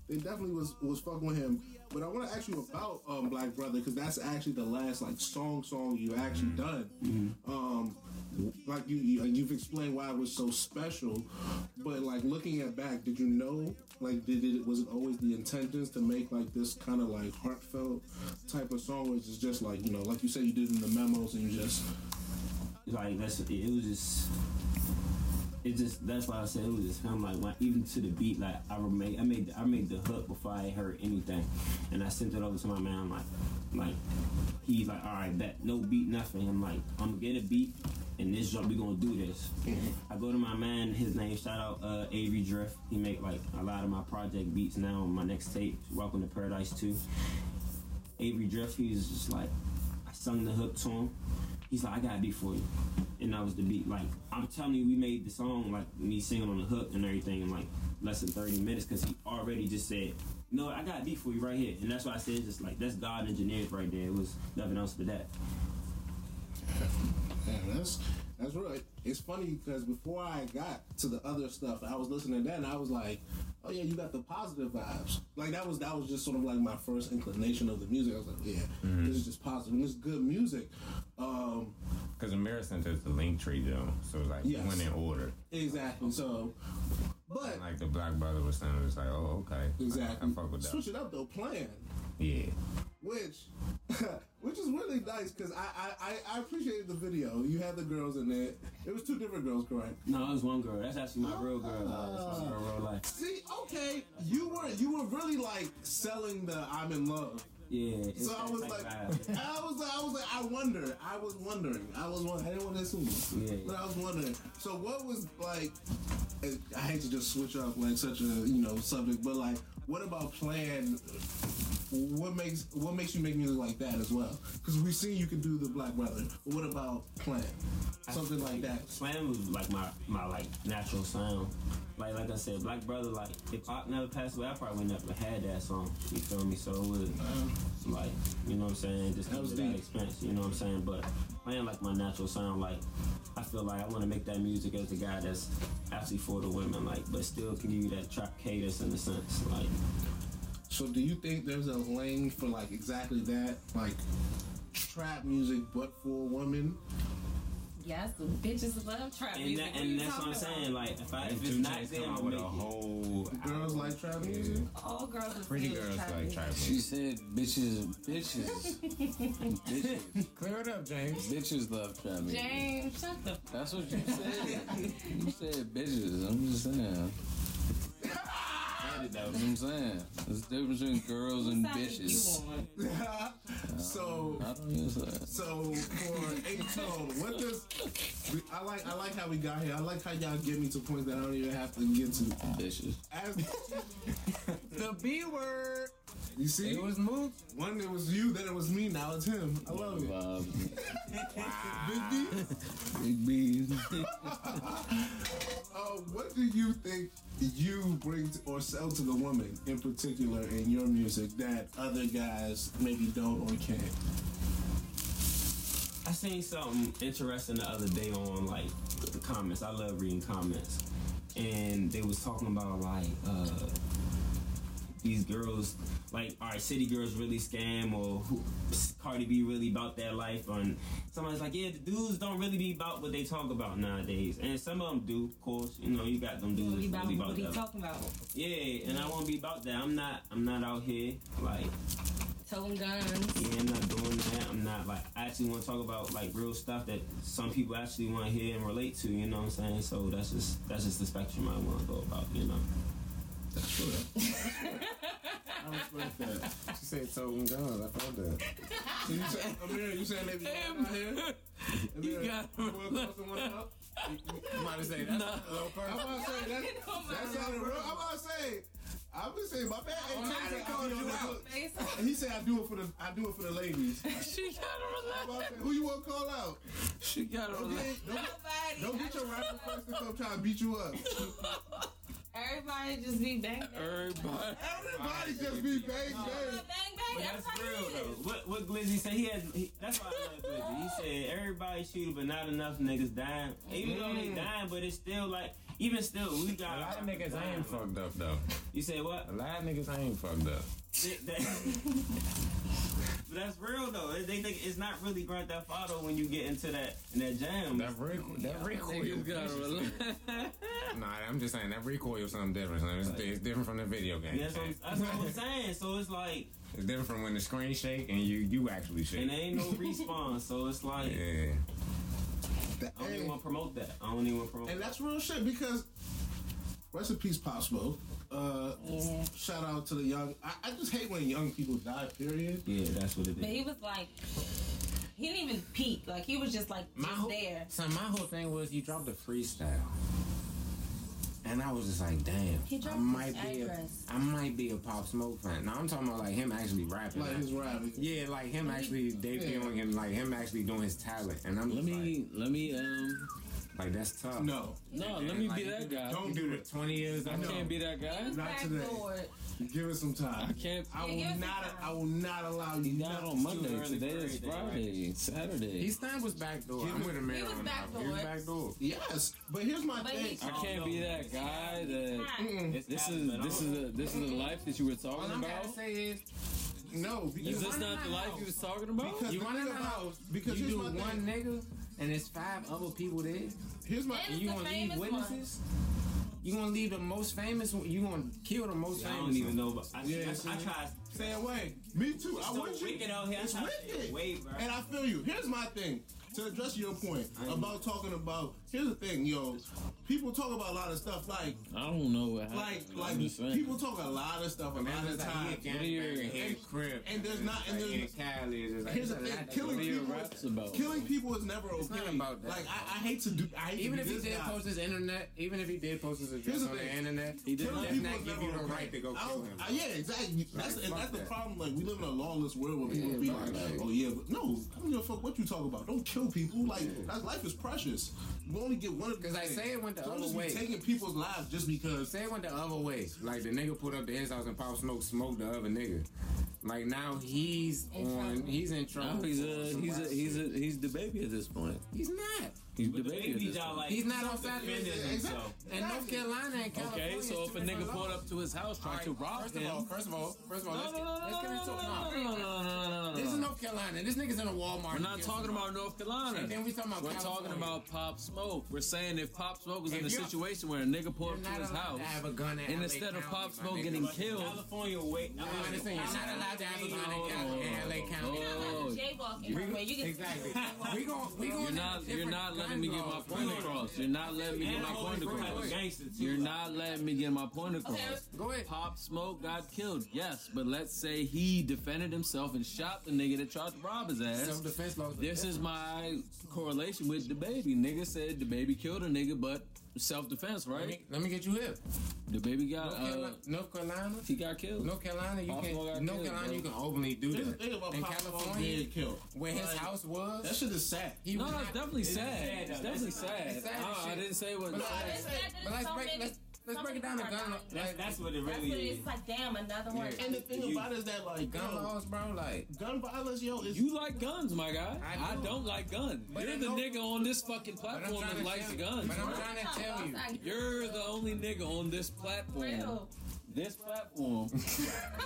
[SPEAKER 2] they definitely was was fucking with him. But I want to ask you about um, Black Brother because that's actually the last like song song you actually done. Um, like you, you like, you've explained why it was so special, but like looking at back, did you know like did it was it always the intentions to make like this kind of like heartfelt type of song, or is it just like you know like you said you did in the memos and you just
[SPEAKER 1] like that's it was just it just that's why I said it was just him like when, even to the beat like I made I made I made the hook before I heard anything and I sent it over to my man I'm like like he's like all right bet no beat nothing I'm like I'm gonna get a beat and this job we gonna do this I go to my man his name shout out uh, Avery Drift he make like a lot of my project beats now on my next tape Welcome to Paradise 2 Avery Drift he was just like I sung the hook to him he's like, I got a beat for you. And that was the beat. Like, I'm telling you, we made the song, like, me singing on the hook and everything in, like, less than 30 minutes because he already just said, No, I got a beat for you right here. And that's why I said, just like, that's God engineered right there. It was nothing else but that.
[SPEAKER 2] Damn, that's that's right. It's funny because before I got to the other stuff, I was listening to that and I was like, "Oh yeah, you got the positive vibes." Like that was that was just sort of like my first inclination of the music. I was like, "Yeah,
[SPEAKER 3] Mm-hmm.
[SPEAKER 2] this is just positive and it's good music." Um,
[SPEAKER 3] Cause Amira sent us the link tree though, so like
[SPEAKER 2] Yes.
[SPEAKER 3] when in order,
[SPEAKER 2] exactly. So, but
[SPEAKER 3] and, like the Black Brother was sending us like, oh okay,
[SPEAKER 2] exactly.
[SPEAKER 3] I, I fuck with that.
[SPEAKER 2] Switch it up though. Plan.
[SPEAKER 3] Yeah,
[SPEAKER 2] which which is really nice because I, I, I, I appreciated the video. You had the girls in there. It was two different girls, correct?
[SPEAKER 1] No, it was one girl. That's actually my real girl. Like, that's my girl,
[SPEAKER 2] Oh.
[SPEAKER 1] real life.
[SPEAKER 2] See, okay, you were you were really like selling the I'm in love.
[SPEAKER 1] Yeah. it
[SPEAKER 2] So I
[SPEAKER 1] that
[SPEAKER 2] was
[SPEAKER 1] type
[SPEAKER 2] like, I
[SPEAKER 1] vibe.
[SPEAKER 2] was like, I was like, I wonder, I was wondering, I was, won- I didn't want to assume,
[SPEAKER 1] Yeah.
[SPEAKER 2] but I was wondering. So what was like? I hate to just switch up like such a you know subject, but like, what about plan? What makes what makes you make music like that as well? Because we've seen you can do the Black Brother. But what about plan? Something like that.
[SPEAKER 1] Slam was like my my like natural sound. Like like I said, Black Brother, like if Pac never passed away, I probably would never had that song. You feel me? So it was like, you know what I'm saying? Just that
[SPEAKER 2] Uh-huh. That was
[SPEAKER 1] was that
[SPEAKER 2] deep.
[SPEAKER 1] expense, you know what I'm saying? But playing like my natural sound, like I feel like I wanna make that music as the guy that's actually for the women, like, but still can give you that trap cadence in a sense. Like
[SPEAKER 2] So do you think there's a lane for like exactly that, like trap music, but for women?
[SPEAKER 4] yes, the bitches love trap
[SPEAKER 1] and,
[SPEAKER 4] music.
[SPEAKER 1] that,
[SPEAKER 4] What you
[SPEAKER 1] and that's what I'm
[SPEAKER 4] talking
[SPEAKER 1] saying.
[SPEAKER 4] about?
[SPEAKER 1] Like if I if
[SPEAKER 3] And
[SPEAKER 1] it's
[SPEAKER 3] Two
[SPEAKER 1] not
[SPEAKER 3] Chainz
[SPEAKER 1] them,
[SPEAKER 3] come out
[SPEAKER 1] I'll
[SPEAKER 3] with
[SPEAKER 1] make
[SPEAKER 3] a
[SPEAKER 1] it.
[SPEAKER 3] whole
[SPEAKER 2] Girls
[SPEAKER 3] album.
[SPEAKER 2] like trap
[SPEAKER 3] Yeah.
[SPEAKER 2] music.
[SPEAKER 4] all girls are
[SPEAKER 3] Pretty
[SPEAKER 4] still
[SPEAKER 3] girls
[SPEAKER 4] trap
[SPEAKER 3] like
[SPEAKER 4] music.
[SPEAKER 3] trap
[SPEAKER 5] She said bitches, bitches. bitches.
[SPEAKER 3] Clear it up, James.
[SPEAKER 5] Bitches love trap music.
[SPEAKER 4] James, shut the f-
[SPEAKER 5] That's what you said. you said bitches. I'm just saying.
[SPEAKER 1] excited though.
[SPEAKER 5] That's what I'm saying. There's a difference between girls and
[SPEAKER 4] What side
[SPEAKER 5] bitches.
[SPEAKER 4] You on?
[SPEAKER 6] Uh,
[SPEAKER 2] so
[SPEAKER 5] I don't use that.
[SPEAKER 2] So for eight tone, what does I like? I like how we got here. I like how y'all get me to points that I don't even have to get to.
[SPEAKER 5] Bitches.
[SPEAKER 2] As
[SPEAKER 6] The B word.
[SPEAKER 2] you see,
[SPEAKER 6] It was moved.
[SPEAKER 2] one it was you, then it was me, now it's him. I love it.
[SPEAKER 5] Vibe.
[SPEAKER 2] Big B,
[SPEAKER 5] Big B's.
[SPEAKER 2] uh, what do you think you bring to, or sell to the woman in particular in your music that other guys maybe don't or can't?
[SPEAKER 1] I seen something interesting the other day on like the comments. I love reading comments, and they was talking about like uh, these girls, like all right, city girls really scam, or who, Cardi B really about that life. And somebody's like, yeah, the dudes don't really be about what they talk about nowadays, and some of them do, of course. You know, you got them
[SPEAKER 4] What
[SPEAKER 1] dudes that's
[SPEAKER 4] he about?
[SPEAKER 1] really
[SPEAKER 4] What
[SPEAKER 1] about
[SPEAKER 4] he
[SPEAKER 1] that.
[SPEAKER 4] talking about?
[SPEAKER 1] Yeah, and I won't be about that. I'm not. I'm not out here like.
[SPEAKER 4] Tone guns.
[SPEAKER 1] Yeah, I'm not doing that. I'm not like I actually want to talk about like real stuff that some people actually want to hear and relate to. You know what I'm saying? So that's just that's just the spectrum I want to go about. You know?
[SPEAKER 2] I respect that.
[SPEAKER 6] She said Tobin Guns. I found that.
[SPEAKER 2] So you say, Amira, you saying maybe out here? Amira,
[SPEAKER 5] got
[SPEAKER 2] you wanna close the one up? You- you- you might say that's a little person. I'm about to say that's That sounded real. I'm about to say. I'm gonna say my bad. Hey, Tyler called you out. And he said I do it for the I do it for the ladies.
[SPEAKER 5] She gotta
[SPEAKER 2] I'm about to say, Who you wanna call out?
[SPEAKER 5] She gotta
[SPEAKER 2] Okay, don't, don't get your rapper first to come try to beat you up.
[SPEAKER 4] Everybody just be bang bang.
[SPEAKER 5] Everybody.
[SPEAKER 2] Everybody just be bang
[SPEAKER 4] Bang
[SPEAKER 2] bang.
[SPEAKER 4] bang.
[SPEAKER 1] That's real
[SPEAKER 4] Everybody
[SPEAKER 1] though. What what Glizzy said? He has. He, that's why I love Glizzy. He said everybody shooting, but not enough niggas dying. Even though they dying, but it's still like even still we
[SPEAKER 3] A
[SPEAKER 1] got
[SPEAKER 3] lot of niggas ain't fucked up though.
[SPEAKER 1] You say what?
[SPEAKER 3] A lot of niggas ain't fucked up.
[SPEAKER 1] That- that- But that's real though. They they think it's not really Grand Theft Auto when you get into that in that jam.
[SPEAKER 3] That recoil, that recoil.
[SPEAKER 5] Niggas gotta relax.
[SPEAKER 3] Nah, I'm just saying that recoil is something different. son. It's, it's different from the video game.
[SPEAKER 1] That's what, I'm, that's what I'm saying. So it's like,
[SPEAKER 3] It's different from when the screen shake and you you actually shake.
[SPEAKER 1] and there ain't no response. So it's like,
[SPEAKER 3] yeah.
[SPEAKER 1] I don't even
[SPEAKER 2] Hey.
[SPEAKER 1] want to promote that. I don't even want to promote.
[SPEAKER 2] And
[SPEAKER 1] that.
[SPEAKER 2] that's real shit because rest in peace, Pop Smoke. Uh,
[SPEAKER 4] Yeah.
[SPEAKER 2] Shout out to the young. I, I just hate when young people die. Period.
[SPEAKER 1] Yeah, that's what it
[SPEAKER 4] But
[SPEAKER 1] is.
[SPEAKER 4] he was like, he didn't even peek. Like he was just like
[SPEAKER 3] My
[SPEAKER 4] just
[SPEAKER 3] whole,
[SPEAKER 4] there.
[SPEAKER 3] So my whole thing was you dropped a freestyle. And I was just like, damn,
[SPEAKER 4] He dropped
[SPEAKER 3] I might
[SPEAKER 4] his
[SPEAKER 3] be a,
[SPEAKER 4] address.
[SPEAKER 3] I might be a Pop Smoke fan. Now I'm talking about like him actually rapping.
[SPEAKER 2] Like his rap.
[SPEAKER 3] yeah, like him actually debuting and like him actually doing his talent. And I'm
[SPEAKER 5] Let
[SPEAKER 3] just
[SPEAKER 5] me, let me, um,
[SPEAKER 3] like, like, that's tough.
[SPEAKER 2] No,
[SPEAKER 5] no, let me be that guy.
[SPEAKER 2] don't do it.
[SPEAKER 3] 20 years
[SPEAKER 5] I
[SPEAKER 3] old.
[SPEAKER 5] can't be that
[SPEAKER 4] He
[SPEAKER 5] guy.
[SPEAKER 4] was
[SPEAKER 2] Not today.
[SPEAKER 4] backdoored.
[SPEAKER 2] Give it some
[SPEAKER 5] I
[SPEAKER 2] time.
[SPEAKER 5] can't.
[SPEAKER 2] I
[SPEAKER 4] Yeah, give
[SPEAKER 2] will
[SPEAKER 4] us
[SPEAKER 2] not.
[SPEAKER 4] some time.
[SPEAKER 2] I will not allow you.
[SPEAKER 5] He's
[SPEAKER 2] not
[SPEAKER 5] not on
[SPEAKER 2] to
[SPEAKER 1] too
[SPEAKER 5] Monday.
[SPEAKER 1] early
[SPEAKER 5] Today
[SPEAKER 1] for
[SPEAKER 5] is
[SPEAKER 1] everything,
[SPEAKER 5] Friday, Saturday.
[SPEAKER 3] His thing was backdoor. I'm with a man
[SPEAKER 4] He was
[SPEAKER 3] on that.
[SPEAKER 4] backdoor.
[SPEAKER 3] He was backdoor.
[SPEAKER 2] Yes, but here's my
[SPEAKER 4] But
[SPEAKER 2] thing.
[SPEAKER 4] he's-
[SPEAKER 5] I can't be that guy that.
[SPEAKER 4] Hi.
[SPEAKER 1] It's
[SPEAKER 5] This
[SPEAKER 1] happening,
[SPEAKER 5] is
[SPEAKER 1] but
[SPEAKER 5] this
[SPEAKER 1] I
[SPEAKER 5] is
[SPEAKER 1] don't-
[SPEAKER 5] a, this is the life that you were talking
[SPEAKER 3] All I'm
[SPEAKER 5] about.
[SPEAKER 3] gotta say is,
[SPEAKER 2] No,
[SPEAKER 5] Is
[SPEAKER 2] because
[SPEAKER 5] this not the life you was talking about?
[SPEAKER 2] because
[SPEAKER 3] you
[SPEAKER 2] the
[SPEAKER 3] wanna
[SPEAKER 2] thing
[SPEAKER 3] know
[SPEAKER 2] about-
[SPEAKER 3] how-
[SPEAKER 2] because
[SPEAKER 3] you
[SPEAKER 2] here's
[SPEAKER 3] do
[SPEAKER 2] my thing.
[SPEAKER 3] one nigga and it's five other people there.
[SPEAKER 2] Here's my
[SPEAKER 4] And
[SPEAKER 3] And you
[SPEAKER 4] the
[SPEAKER 3] gonna
[SPEAKER 4] famous
[SPEAKER 3] leave witnesses? You gonna leave the most famous? one- You gonna kill the most
[SPEAKER 1] I
[SPEAKER 3] famous?
[SPEAKER 1] don't even
[SPEAKER 3] one.
[SPEAKER 1] know. But I,
[SPEAKER 2] Yeah,
[SPEAKER 1] I, I,
[SPEAKER 2] see?
[SPEAKER 1] tried.
[SPEAKER 2] stay away. Me too. I
[SPEAKER 1] So
[SPEAKER 2] want you.
[SPEAKER 1] wicked out here. I
[SPEAKER 2] It's
[SPEAKER 1] tried to
[SPEAKER 2] wicked.
[SPEAKER 1] stay away, bro.
[SPEAKER 2] And I feel you. Here's my thing. To address your point about talking about, here's the thing, yo. People talk about a lot of stuff, like,
[SPEAKER 5] I don't know what happened.
[SPEAKER 2] like,
[SPEAKER 5] I'm
[SPEAKER 2] like.
[SPEAKER 5] just saying.
[SPEAKER 2] People talk a lot of stuff a
[SPEAKER 3] Man,
[SPEAKER 2] lot
[SPEAKER 3] it's
[SPEAKER 2] of
[SPEAKER 3] like he a
[SPEAKER 2] times.
[SPEAKER 3] gangbanger, he a
[SPEAKER 2] And-
[SPEAKER 3] crip,
[SPEAKER 2] and there's not- and
[SPEAKER 3] like,
[SPEAKER 2] there's-
[SPEAKER 3] he in Cali, it's just like-
[SPEAKER 2] Here's the
[SPEAKER 3] it's a
[SPEAKER 2] thing,
[SPEAKER 3] lot that
[SPEAKER 2] killing
[SPEAKER 3] go-
[SPEAKER 5] What are your
[SPEAKER 2] people-
[SPEAKER 5] raps about?
[SPEAKER 2] Killing people is never okay.
[SPEAKER 3] not about that.
[SPEAKER 2] Like, I, I hate to do. I hate
[SPEAKER 3] Even
[SPEAKER 2] to
[SPEAKER 3] if
[SPEAKER 2] be
[SPEAKER 3] he
[SPEAKER 2] this
[SPEAKER 3] did
[SPEAKER 2] guy.
[SPEAKER 3] post his internet, even if he did post his
[SPEAKER 2] Here's
[SPEAKER 3] address
[SPEAKER 2] the
[SPEAKER 3] on the
[SPEAKER 2] thing.
[SPEAKER 3] internet,
[SPEAKER 5] He did
[SPEAKER 2] Killing
[SPEAKER 5] not.
[SPEAKER 3] That's
[SPEAKER 2] people
[SPEAKER 3] not
[SPEAKER 2] is
[SPEAKER 3] give
[SPEAKER 2] never
[SPEAKER 3] you the
[SPEAKER 2] okay.
[SPEAKER 3] right to go
[SPEAKER 2] I
[SPEAKER 3] kill
[SPEAKER 2] don't-
[SPEAKER 3] him.
[SPEAKER 2] uh, yeah, exactly. That's
[SPEAKER 3] Like,
[SPEAKER 2] and
[SPEAKER 3] fuck
[SPEAKER 2] that's the
[SPEAKER 3] that.
[SPEAKER 2] problem. Like we live in a lawless world where people
[SPEAKER 3] Yeah,
[SPEAKER 2] be
[SPEAKER 3] fuck
[SPEAKER 2] like,
[SPEAKER 3] that.
[SPEAKER 2] "Oh yeah, but no, I don't give a fuck what you talk about. Don't kill people. Like that's, life is precious. You only get one of these
[SPEAKER 3] Because, like,
[SPEAKER 2] things.
[SPEAKER 3] say it went the
[SPEAKER 2] Don't
[SPEAKER 3] other
[SPEAKER 2] just be
[SPEAKER 3] way.
[SPEAKER 2] taking people's lives just because.
[SPEAKER 3] Say it went the other way. Like the nigga put up the his house and Pop Smoke smoked the other nigga. Like now he's
[SPEAKER 4] In
[SPEAKER 3] on.
[SPEAKER 4] trouble.
[SPEAKER 3] He's in
[SPEAKER 5] Now
[SPEAKER 3] trouble.
[SPEAKER 5] he's a he's a he's
[SPEAKER 3] a
[SPEAKER 5] a he's the baby at this point.
[SPEAKER 3] he's not.
[SPEAKER 5] He's the
[SPEAKER 1] But the
[SPEAKER 5] baby at
[SPEAKER 1] baby
[SPEAKER 5] this
[SPEAKER 1] y'all
[SPEAKER 5] point.
[SPEAKER 1] like
[SPEAKER 3] He's not outside.
[SPEAKER 1] defending himself.
[SPEAKER 3] In North Carolina and California.
[SPEAKER 5] Okay, so
[SPEAKER 3] it's
[SPEAKER 5] if a
[SPEAKER 3] two different
[SPEAKER 5] nigga pulled
[SPEAKER 3] laws.
[SPEAKER 5] up to his house
[SPEAKER 3] All
[SPEAKER 5] trying
[SPEAKER 3] right,
[SPEAKER 5] to rob
[SPEAKER 3] first of all,
[SPEAKER 5] him.
[SPEAKER 3] first of all, first of all,
[SPEAKER 5] No,
[SPEAKER 3] let's
[SPEAKER 5] no,
[SPEAKER 3] get
[SPEAKER 5] no,
[SPEAKER 3] let's get into
[SPEAKER 5] no, no,
[SPEAKER 3] no.
[SPEAKER 5] no, no, no, no, no,
[SPEAKER 3] This is
[SPEAKER 5] no, no.
[SPEAKER 3] North Carolina. This nigga's in a Walmart.
[SPEAKER 5] We're not talking about North Carolina.
[SPEAKER 3] And then we talking about
[SPEAKER 5] We're talking
[SPEAKER 3] California.
[SPEAKER 5] about Pop Smoke. We're saying if Pop Smoke was in
[SPEAKER 3] If
[SPEAKER 5] a
[SPEAKER 3] you're-
[SPEAKER 5] situation where a nigga pulled
[SPEAKER 3] You're
[SPEAKER 5] up to
[SPEAKER 3] not
[SPEAKER 5] his
[SPEAKER 3] allowed
[SPEAKER 5] house,
[SPEAKER 3] to have a gun at
[SPEAKER 5] and
[SPEAKER 3] LA
[SPEAKER 5] instead of
[SPEAKER 3] County,
[SPEAKER 5] Pop
[SPEAKER 3] my
[SPEAKER 5] Smoke
[SPEAKER 3] nigga.
[SPEAKER 5] getting
[SPEAKER 1] But
[SPEAKER 5] killed,
[SPEAKER 1] California way.
[SPEAKER 3] You understand? You're not allowed out to Avalon and- and LA County.
[SPEAKER 4] You're
[SPEAKER 5] Oh.
[SPEAKER 4] not allowed to jaywalk everywhere. You can
[SPEAKER 3] Exactly.
[SPEAKER 4] jaywalk.
[SPEAKER 3] We gon' we gon'
[SPEAKER 5] You're not. You're not letting me get my point across. You're not letting me get
[SPEAKER 1] And
[SPEAKER 5] my
[SPEAKER 1] all
[SPEAKER 5] point
[SPEAKER 1] these type
[SPEAKER 5] across.
[SPEAKER 1] of gangster too.
[SPEAKER 5] You're not letting me get my point
[SPEAKER 4] Okay.
[SPEAKER 5] across.
[SPEAKER 3] Go ahead.
[SPEAKER 5] Pop Smoke got killed, yes, but let's say he defended himself and shot the nigga that tried to rob his ass.
[SPEAKER 3] Self defense laws. are
[SPEAKER 5] This is my correlation with the baby. Nigga said the baby killed a nigga, but self defense,
[SPEAKER 3] Let me,
[SPEAKER 5] right?
[SPEAKER 3] let me get you hip.
[SPEAKER 5] The baby got
[SPEAKER 3] North,
[SPEAKER 5] uh,
[SPEAKER 3] Carolina, North Carolina,
[SPEAKER 5] he got killed.
[SPEAKER 3] North Carolina, you
[SPEAKER 5] Pop
[SPEAKER 3] can
[SPEAKER 5] Smoke got
[SPEAKER 3] North
[SPEAKER 5] killed,
[SPEAKER 3] Carolina,
[SPEAKER 5] bro.
[SPEAKER 3] you can openly do
[SPEAKER 2] Just
[SPEAKER 3] that.
[SPEAKER 2] think about
[SPEAKER 3] In
[SPEAKER 2] Pop Smoke
[SPEAKER 3] California,
[SPEAKER 2] being killed.
[SPEAKER 3] where his
[SPEAKER 2] Like,
[SPEAKER 3] house was,
[SPEAKER 2] That shit is sad.
[SPEAKER 3] he
[SPEAKER 5] No,
[SPEAKER 3] was
[SPEAKER 5] it's
[SPEAKER 3] not-
[SPEAKER 5] definitely
[SPEAKER 1] It's
[SPEAKER 5] sad.
[SPEAKER 1] sad,
[SPEAKER 5] It's
[SPEAKER 1] though.
[SPEAKER 5] definitely
[SPEAKER 1] It's
[SPEAKER 5] sad.
[SPEAKER 3] it's sad
[SPEAKER 5] Uh, I
[SPEAKER 3] shit.
[SPEAKER 5] didn't say it was.
[SPEAKER 3] But
[SPEAKER 4] I
[SPEAKER 3] like-
[SPEAKER 4] just said that
[SPEAKER 3] But let's
[SPEAKER 4] some
[SPEAKER 3] break,
[SPEAKER 4] niggas-
[SPEAKER 3] let's, let's
[SPEAKER 4] some
[SPEAKER 3] break it
[SPEAKER 4] niggas
[SPEAKER 3] down to
[SPEAKER 4] are
[SPEAKER 3] gun,
[SPEAKER 4] dying.
[SPEAKER 1] That's,
[SPEAKER 3] like,
[SPEAKER 1] that's what it
[SPEAKER 4] That's
[SPEAKER 1] really
[SPEAKER 4] what it is.
[SPEAKER 1] is.
[SPEAKER 4] It's like, damn, another one.
[SPEAKER 3] Yeah.
[SPEAKER 2] And the thing
[SPEAKER 1] You-
[SPEAKER 2] about it is that like
[SPEAKER 3] gun
[SPEAKER 2] yo,
[SPEAKER 3] laws, bro. Like,
[SPEAKER 2] gun violence, yo, is
[SPEAKER 5] You like guns, my guy. I,
[SPEAKER 3] I do.
[SPEAKER 5] don't like guns.
[SPEAKER 3] But
[SPEAKER 5] You're
[SPEAKER 3] I
[SPEAKER 5] the
[SPEAKER 3] know-
[SPEAKER 5] nigga on this fucking
[SPEAKER 3] but I'm
[SPEAKER 5] platform
[SPEAKER 3] trying
[SPEAKER 5] that
[SPEAKER 3] to
[SPEAKER 5] likes
[SPEAKER 3] tell,
[SPEAKER 5] guns.
[SPEAKER 3] but I'm
[SPEAKER 5] bro.
[SPEAKER 3] trying to tell you,
[SPEAKER 5] You're the only nigga on this platform.
[SPEAKER 4] Real. Oh
[SPEAKER 5] This platform.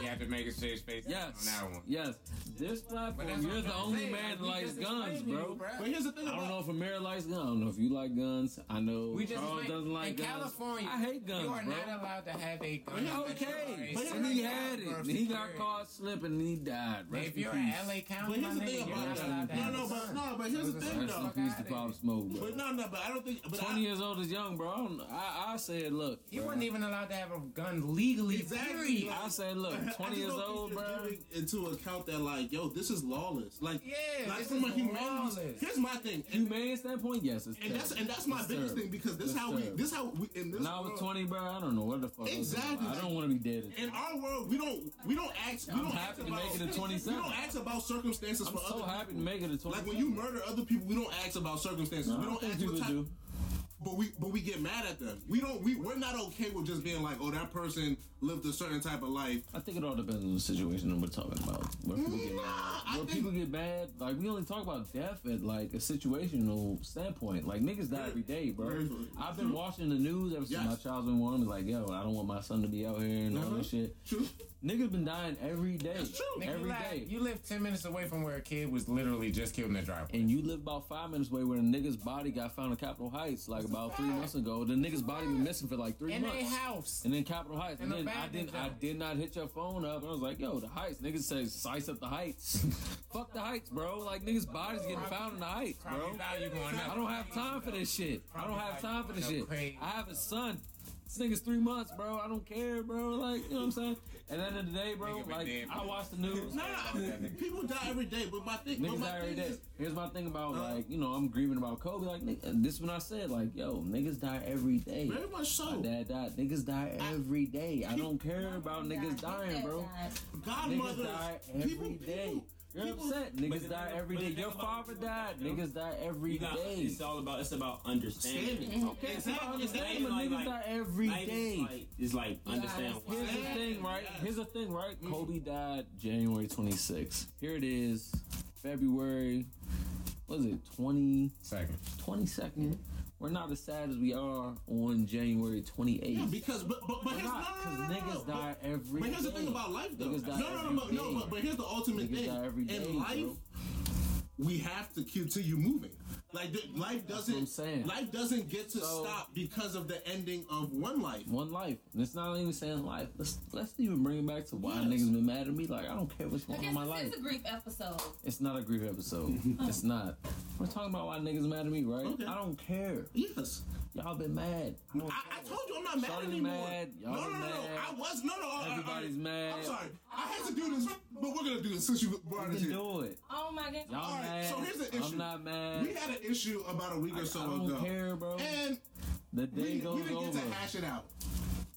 [SPEAKER 3] you have to make a serious face
[SPEAKER 5] Yes.
[SPEAKER 3] on that one.
[SPEAKER 5] Yes. This
[SPEAKER 3] But
[SPEAKER 5] platform.
[SPEAKER 3] that's
[SPEAKER 5] You're
[SPEAKER 3] what
[SPEAKER 5] the
[SPEAKER 3] I'm
[SPEAKER 5] only
[SPEAKER 3] saying,
[SPEAKER 5] man that
[SPEAKER 3] we
[SPEAKER 5] likes
[SPEAKER 3] just explained
[SPEAKER 5] guns,
[SPEAKER 3] to you,
[SPEAKER 5] bro.
[SPEAKER 2] But here's the
[SPEAKER 5] I
[SPEAKER 2] thing
[SPEAKER 5] don't
[SPEAKER 2] about
[SPEAKER 5] know if Amir likes guns. I don't know if you like guns. I know
[SPEAKER 3] We just
[SPEAKER 5] Charles
[SPEAKER 3] explained-
[SPEAKER 5] doesn't like
[SPEAKER 3] in
[SPEAKER 5] guns.
[SPEAKER 3] California.
[SPEAKER 5] I hate guns,
[SPEAKER 3] You are
[SPEAKER 5] bro.
[SPEAKER 3] not allowed to have a gun.
[SPEAKER 5] Okay,
[SPEAKER 3] It's
[SPEAKER 5] and he
[SPEAKER 3] like
[SPEAKER 5] had it.
[SPEAKER 3] that,
[SPEAKER 5] And
[SPEAKER 3] bro.
[SPEAKER 5] he got caught slipping and he died. Rest
[SPEAKER 3] If
[SPEAKER 5] in
[SPEAKER 3] you're
[SPEAKER 5] peace.
[SPEAKER 3] in LA County,
[SPEAKER 2] But here's
[SPEAKER 3] my
[SPEAKER 2] the
[SPEAKER 3] nigga,
[SPEAKER 2] thing
[SPEAKER 3] you're not
[SPEAKER 2] about
[SPEAKER 3] allowed
[SPEAKER 2] it.
[SPEAKER 3] to have
[SPEAKER 2] No, no,
[SPEAKER 3] a gun.
[SPEAKER 2] but no, but here's the thing
[SPEAKER 5] Rest in
[SPEAKER 2] though.
[SPEAKER 5] peace
[SPEAKER 3] fuck
[SPEAKER 5] to
[SPEAKER 3] outta here.
[SPEAKER 5] Pop Smoke, bro.
[SPEAKER 2] But no, no, but I don't think. But
[SPEAKER 5] Twenty
[SPEAKER 2] I,
[SPEAKER 5] years old is young, bro. I, don't- I, I said, look,
[SPEAKER 3] He
[SPEAKER 5] bro.
[SPEAKER 3] wasn't even allowed to have a gun legally.
[SPEAKER 2] Exactly.
[SPEAKER 3] Period.
[SPEAKER 5] I said, look,
[SPEAKER 2] I
[SPEAKER 5] twenty
[SPEAKER 2] just
[SPEAKER 5] years
[SPEAKER 2] don't think
[SPEAKER 5] old,
[SPEAKER 2] you're
[SPEAKER 5] bro.
[SPEAKER 2] giving Into account that like, yo, this is lawless. Like,
[SPEAKER 3] Yeah,
[SPEAKER 2] like
[SPEAKER 3] this
[SPEAKER 2] from a
[SPEAKER 3] is
[SPEAKER 2] humanity.
[SPEAKER 3] lawless.
[SPEAKER 2] Here's my thing, and,
[SPEAKER 5] Humane standpoint, yes, it's
[SPEAKER 2] and that's
[SPEAKER 5] terrible.
[SPEAKER 2] and that's my
[SPEAKER 5] It's
[SPEAKER 2] biggest
[SPEAKER 5] terrible.
[SPEAKER 2] thing because this
[SPEAKER 5] It's
[SPEAKER 2] how we,
[SPEAKER 5] terrible.
[SPEAKER 2] this how we in this.
[SPEAKER 5] When I was
[SPEAKER 2] world-
[SPEAKER 5] 20, bro, I don't know what the fuck. I was doing.
[SPEAKER 2] Exactly.
[SPEAKER 5] I don't want to be dead.
[SPEAKER 2] In our world, we don't we don't ask. We
[SPEAKER 5] I'm
[SPEAKER 2] don't
[SPEAKER 5] happy
[SPEAKER 2] ask
[SPEAKER 5] to
[SPEAKER 2] about,
[SPEAKER 5] make it to
[SPEAKER 2] We
[SPEAKER 5] 27.
[SPEAKER 2] don't ask about circumstances
[SPEAKER 5] I'm
[SPEAKER 2] for
[SPEAKER 5] so
[SPEAKER 2] other
[SPEAKER 5] happy to
[SPEAKER 2] people.
[SPEAKER 5] make it to 20.
[SPEAKER 2] Like when you murder other people, we don't ask about circumstances. we don't ask
[SPEAKER 5] people
[SPEAKER 2] what type,
[SPEAKER 5] do.
[SPEAKER 2] but we but we get mad at them. We don't we we're not okay with just being like, oh, that person lived a certain type of life.
[SPEAKER 5] I think it all depends on the situation that we're talking about. Where people get
[SPEAKER 2] Nah, Mm-hmm. I
[SPEAKER 5] mad. Where
[SPEAKER 2] think-
[SPEAKER 5] people get mad, like we only talk about death at like a situational standpoint. Like niggas die every day, bro.
[SPEAKER 2] Very true.
[SPEAKER 5] I've been watching the news ever since
[SPEAKER 2] Yes.
[SPEAKER 5] my child's been born. I'm Like, yo, I don't want my son to be out here and all
[SPEAKER 2] Uh-huh.
[SPEAKER 5] this shit.
[SPEAKER 2] True.
[SPEAKER 5] Niggas been dying every day,
[SPEAKER 2] true. Nigga,
[SPEAKER 5] every
[SPEAKER 3] you,
[SPEAKER 5] day.
[SPEAKER 3] live, you live 10 minutes away from where a kid was literally just killed in the driveway.
[SPEAKER 5] and you live about five minutes away where the nigga's body got found in Capitol Heights like about three
[SPEAKER 3] fact.
[SPEAKER 5] months ago. The nigga's body been missing for like three
[SPEAKER 3] In
[SPEAKER 5] months.
[SPEAKER 3] a house.
[SPEAKER 5] and then Capitol Heights. And,
[SPEAKER 3] And
[SPEAKER 5] then I
[SPEAKER 3] abandoned
[SPEAKER 5] didn't I
[SPEAKER 3] them.
[SPEAKER 5] did not hit your phone up and I was like, yo, the heights. Niggas say size up the heights. Fuck the heights, bro. Like niggas bodies getting found in the heights,
[SPEAKER 3] Probably
[SPEAKER 5] bro.
[SPEAKER 3] value going up.
[SPEAKER 5] I don't have time for this shit. I don't have time for this shit.
[SPEAKER 3] Crazy.
[SPEAKER 5] I have a son. This nigga's three months, bro. I don't care, bro. Like, you know what I'm saying? At the end of the day, bro,
[SPEAKER 3] Nigga been
[SPEAKER 5] like
[SPEAKER 3] dead,
[SPEAKER 5] I
[SPEAKER 3] bro.
[SPEAKER 5] watch the news.
[SPEAKER 2] Nah, people die every day, but my thing, but
[SPEAKER 5] Niggas
[SPEAKER 2] my
[SPEAKER 5] die every
[SPEAKER 2] thing
[SPEAKER 5] day.
[SPEAKER 2] is,
[SPEAKER 5] Here's my thing about
[SPEAKER 2] Uh-huh.
[SPEAKER 5] like, you know, I'm grieving about Kobe. Like, nigga, and this is when I said like, yo, niggas die every day.
[SPEAKER 2] very much so.
[SPEAKER 5] Dad died. Niggas die every day. I don't care about
[SPEAKER 4] Yeah,
[SPEAKER 5] niggas
[SPEAKER 4] his dad
[SPEAKER 5] dying, bro.
[SPEAKER 4] died.
[SPEAKER 5] Niggas
[SPEAKER 2] Godmothers,
[SPEAKER 5] die
[SPEAKER 2] people,
[SPEAKER 5] every day.
[SPEAKER 2] people,
[SPEAKER 5] You're
[SPEAKER 2] people-
[SPEAKER 5] upset.
[SPEAKER 1] But
[SPEAKER 5] Niggas
[SPEAKER 1] the
[SPEAKER 5] die
[SPEAKER 1] thing-
[SPEAKER 5] every
[SPEAKER 1] but the
[SPEAKER 5] day.
[SPEAKER 1] thing
[SPEAKER 5] Your
[SPEAKER 1] about-
[SPEAKER 5] father died.
[SPEAKER 1] you know,
[SPEAKER 5] Niggas die every
[SPEAKER 1] You got,
[SPEAKER 5] day.
[SPEAKER 1] it's all about it's about understanding.
[SPEAKER 2] Understanding.
[SPEAKER 1] Okay, it's about
[SPEAKER 2] Exactly.
[SPEAKER 1] understanding.
[SPEAKER 5] But
[SPEAKER 1] Like,
[SPEAKER 5] niggas
[SPEAKER 1] like,
[SPEAKER 5] die every
[SPEAKER 1] not even,
[SPEAKER 5] day.
[SPEAKER 1] like, It's like understand
[SPEAKER 4] that's
[SPEAKER 1] why.
[SPEAKER 5] Here's the thing, right? Here's the thing, right?
[SPEAKER 1] Mm-hmm.
[SPEAKER 5] Kobe died January 26th. Here it is, February. What is it? 20.
[SPEAKER 3] Second.
[SPEAKER 5] 22nd. We're not as sad as we are on January 28th.
[SPEAKER 2] Yeah, because but but, but
[SPEAKER 5] We're
[SPEAKER 2] here's,
[SPEAKER 5] not,
[SPEAKER 2] no, no, no, no, no,
[SPEAKER 5] niggas
[SPEAKER 2] no,
[SPEAKER 5] die
[SPEAKER 2] but,
[SPEAKER 5] every
[SPEAKER 2] But here's the
[SPEAKER 5] day.
[SPEAKER 2] thing about life, though. No,
[SPEAKER 5] Niggas die
[SPEAKER 2] no, no,
[SPEAKER 5] every
[SPEAKER 2] no, no.
[SPEAKER 5] day.
[SPEAKER 2] But, but here's the ultimate
[SPEAKER 5] Niggas
[SPEAKER 2] thing.
[SPEAKER 5] die every day,
[SPEAKER 2] In life,
[SPEAKER 5] bro.
[SPEAKER 2] we have to continue moving. Like th- life doesn't.
[SPEAKER 5] what I'm saying.
[SPEAKER 2] Life doesn't get to
[SPEAKER 5] So-
[SPEAKER 2] stop because of the ending of one life.
[SPEAKER 5] One life. And it's not even saying life. Let's let's even bring it back to why
[SPEAKER 2] Yes.
[SPEAKER 5] niggas been mad at me. Like I don't care what's
[SPEAKER 4] I
[SPEAKER 5] going on
[SPEAKER 4] guess
[SPEAKER 5] in my
[SPEAKER 4] this
[SPEAKER 5] life.
[SPEAKER 4] is a grief episode.
[SPEAKER 5] It's not a grief episode. it's not. We're talking about why niggas mad at me, right?
[SPEAKER 2] Okay.
[SPEAKER 5] I don't care.
[SPEAKER 2] Yes.
[SPEAKER 5] Y'all been mad. I don't
[SPEAKER 2] I, I told you I'm not mad
[SPEAKER 5] Shawty
[SPEAKER 2] anymore.
[SPEAKER 5] mad, y'all
[SPEAKER 2] no, no, no, no.
[SPEAKER 5] mad.
[SPEAKER 2] I was no, no. I- I-
[SPEAKER 5] Everybody's
[SPEAKER 2] I,
[SPEAKER 5] mad.
[SPEAKER 2] I'm sorry. I had to do this, but we're gonna do this since you brought
[SPEAKER 5] we
[SPEAKER 2] it
[SPEAKER 5] can
[SPEAKER 2] in.
[SPEAKER 5] do it.
[SPEAKER 4] Oh my goodness.
[SPEAKER 5] Y'all
[SPEAKER 2] All right,
[SPEAKER 5] mad.
[SPEAKER 2] so here's the issue.
[SPEAKER 5] I'm not mad.
[SPEAKER 2] We had an issue about a week or so
[SPEAKER 5] I don't
[SPEAKER 2] ago,
[SPEAKER 5] care, bro.
[SPEAKER 2] and
[SPEAKER 5] the day
[SPEAKER 2] we,
[SPEAKER 5] goes
[SPEAKER 2] we didn't
[SPEAKER 5] over.
[SPEAKER 2] get to hash it out.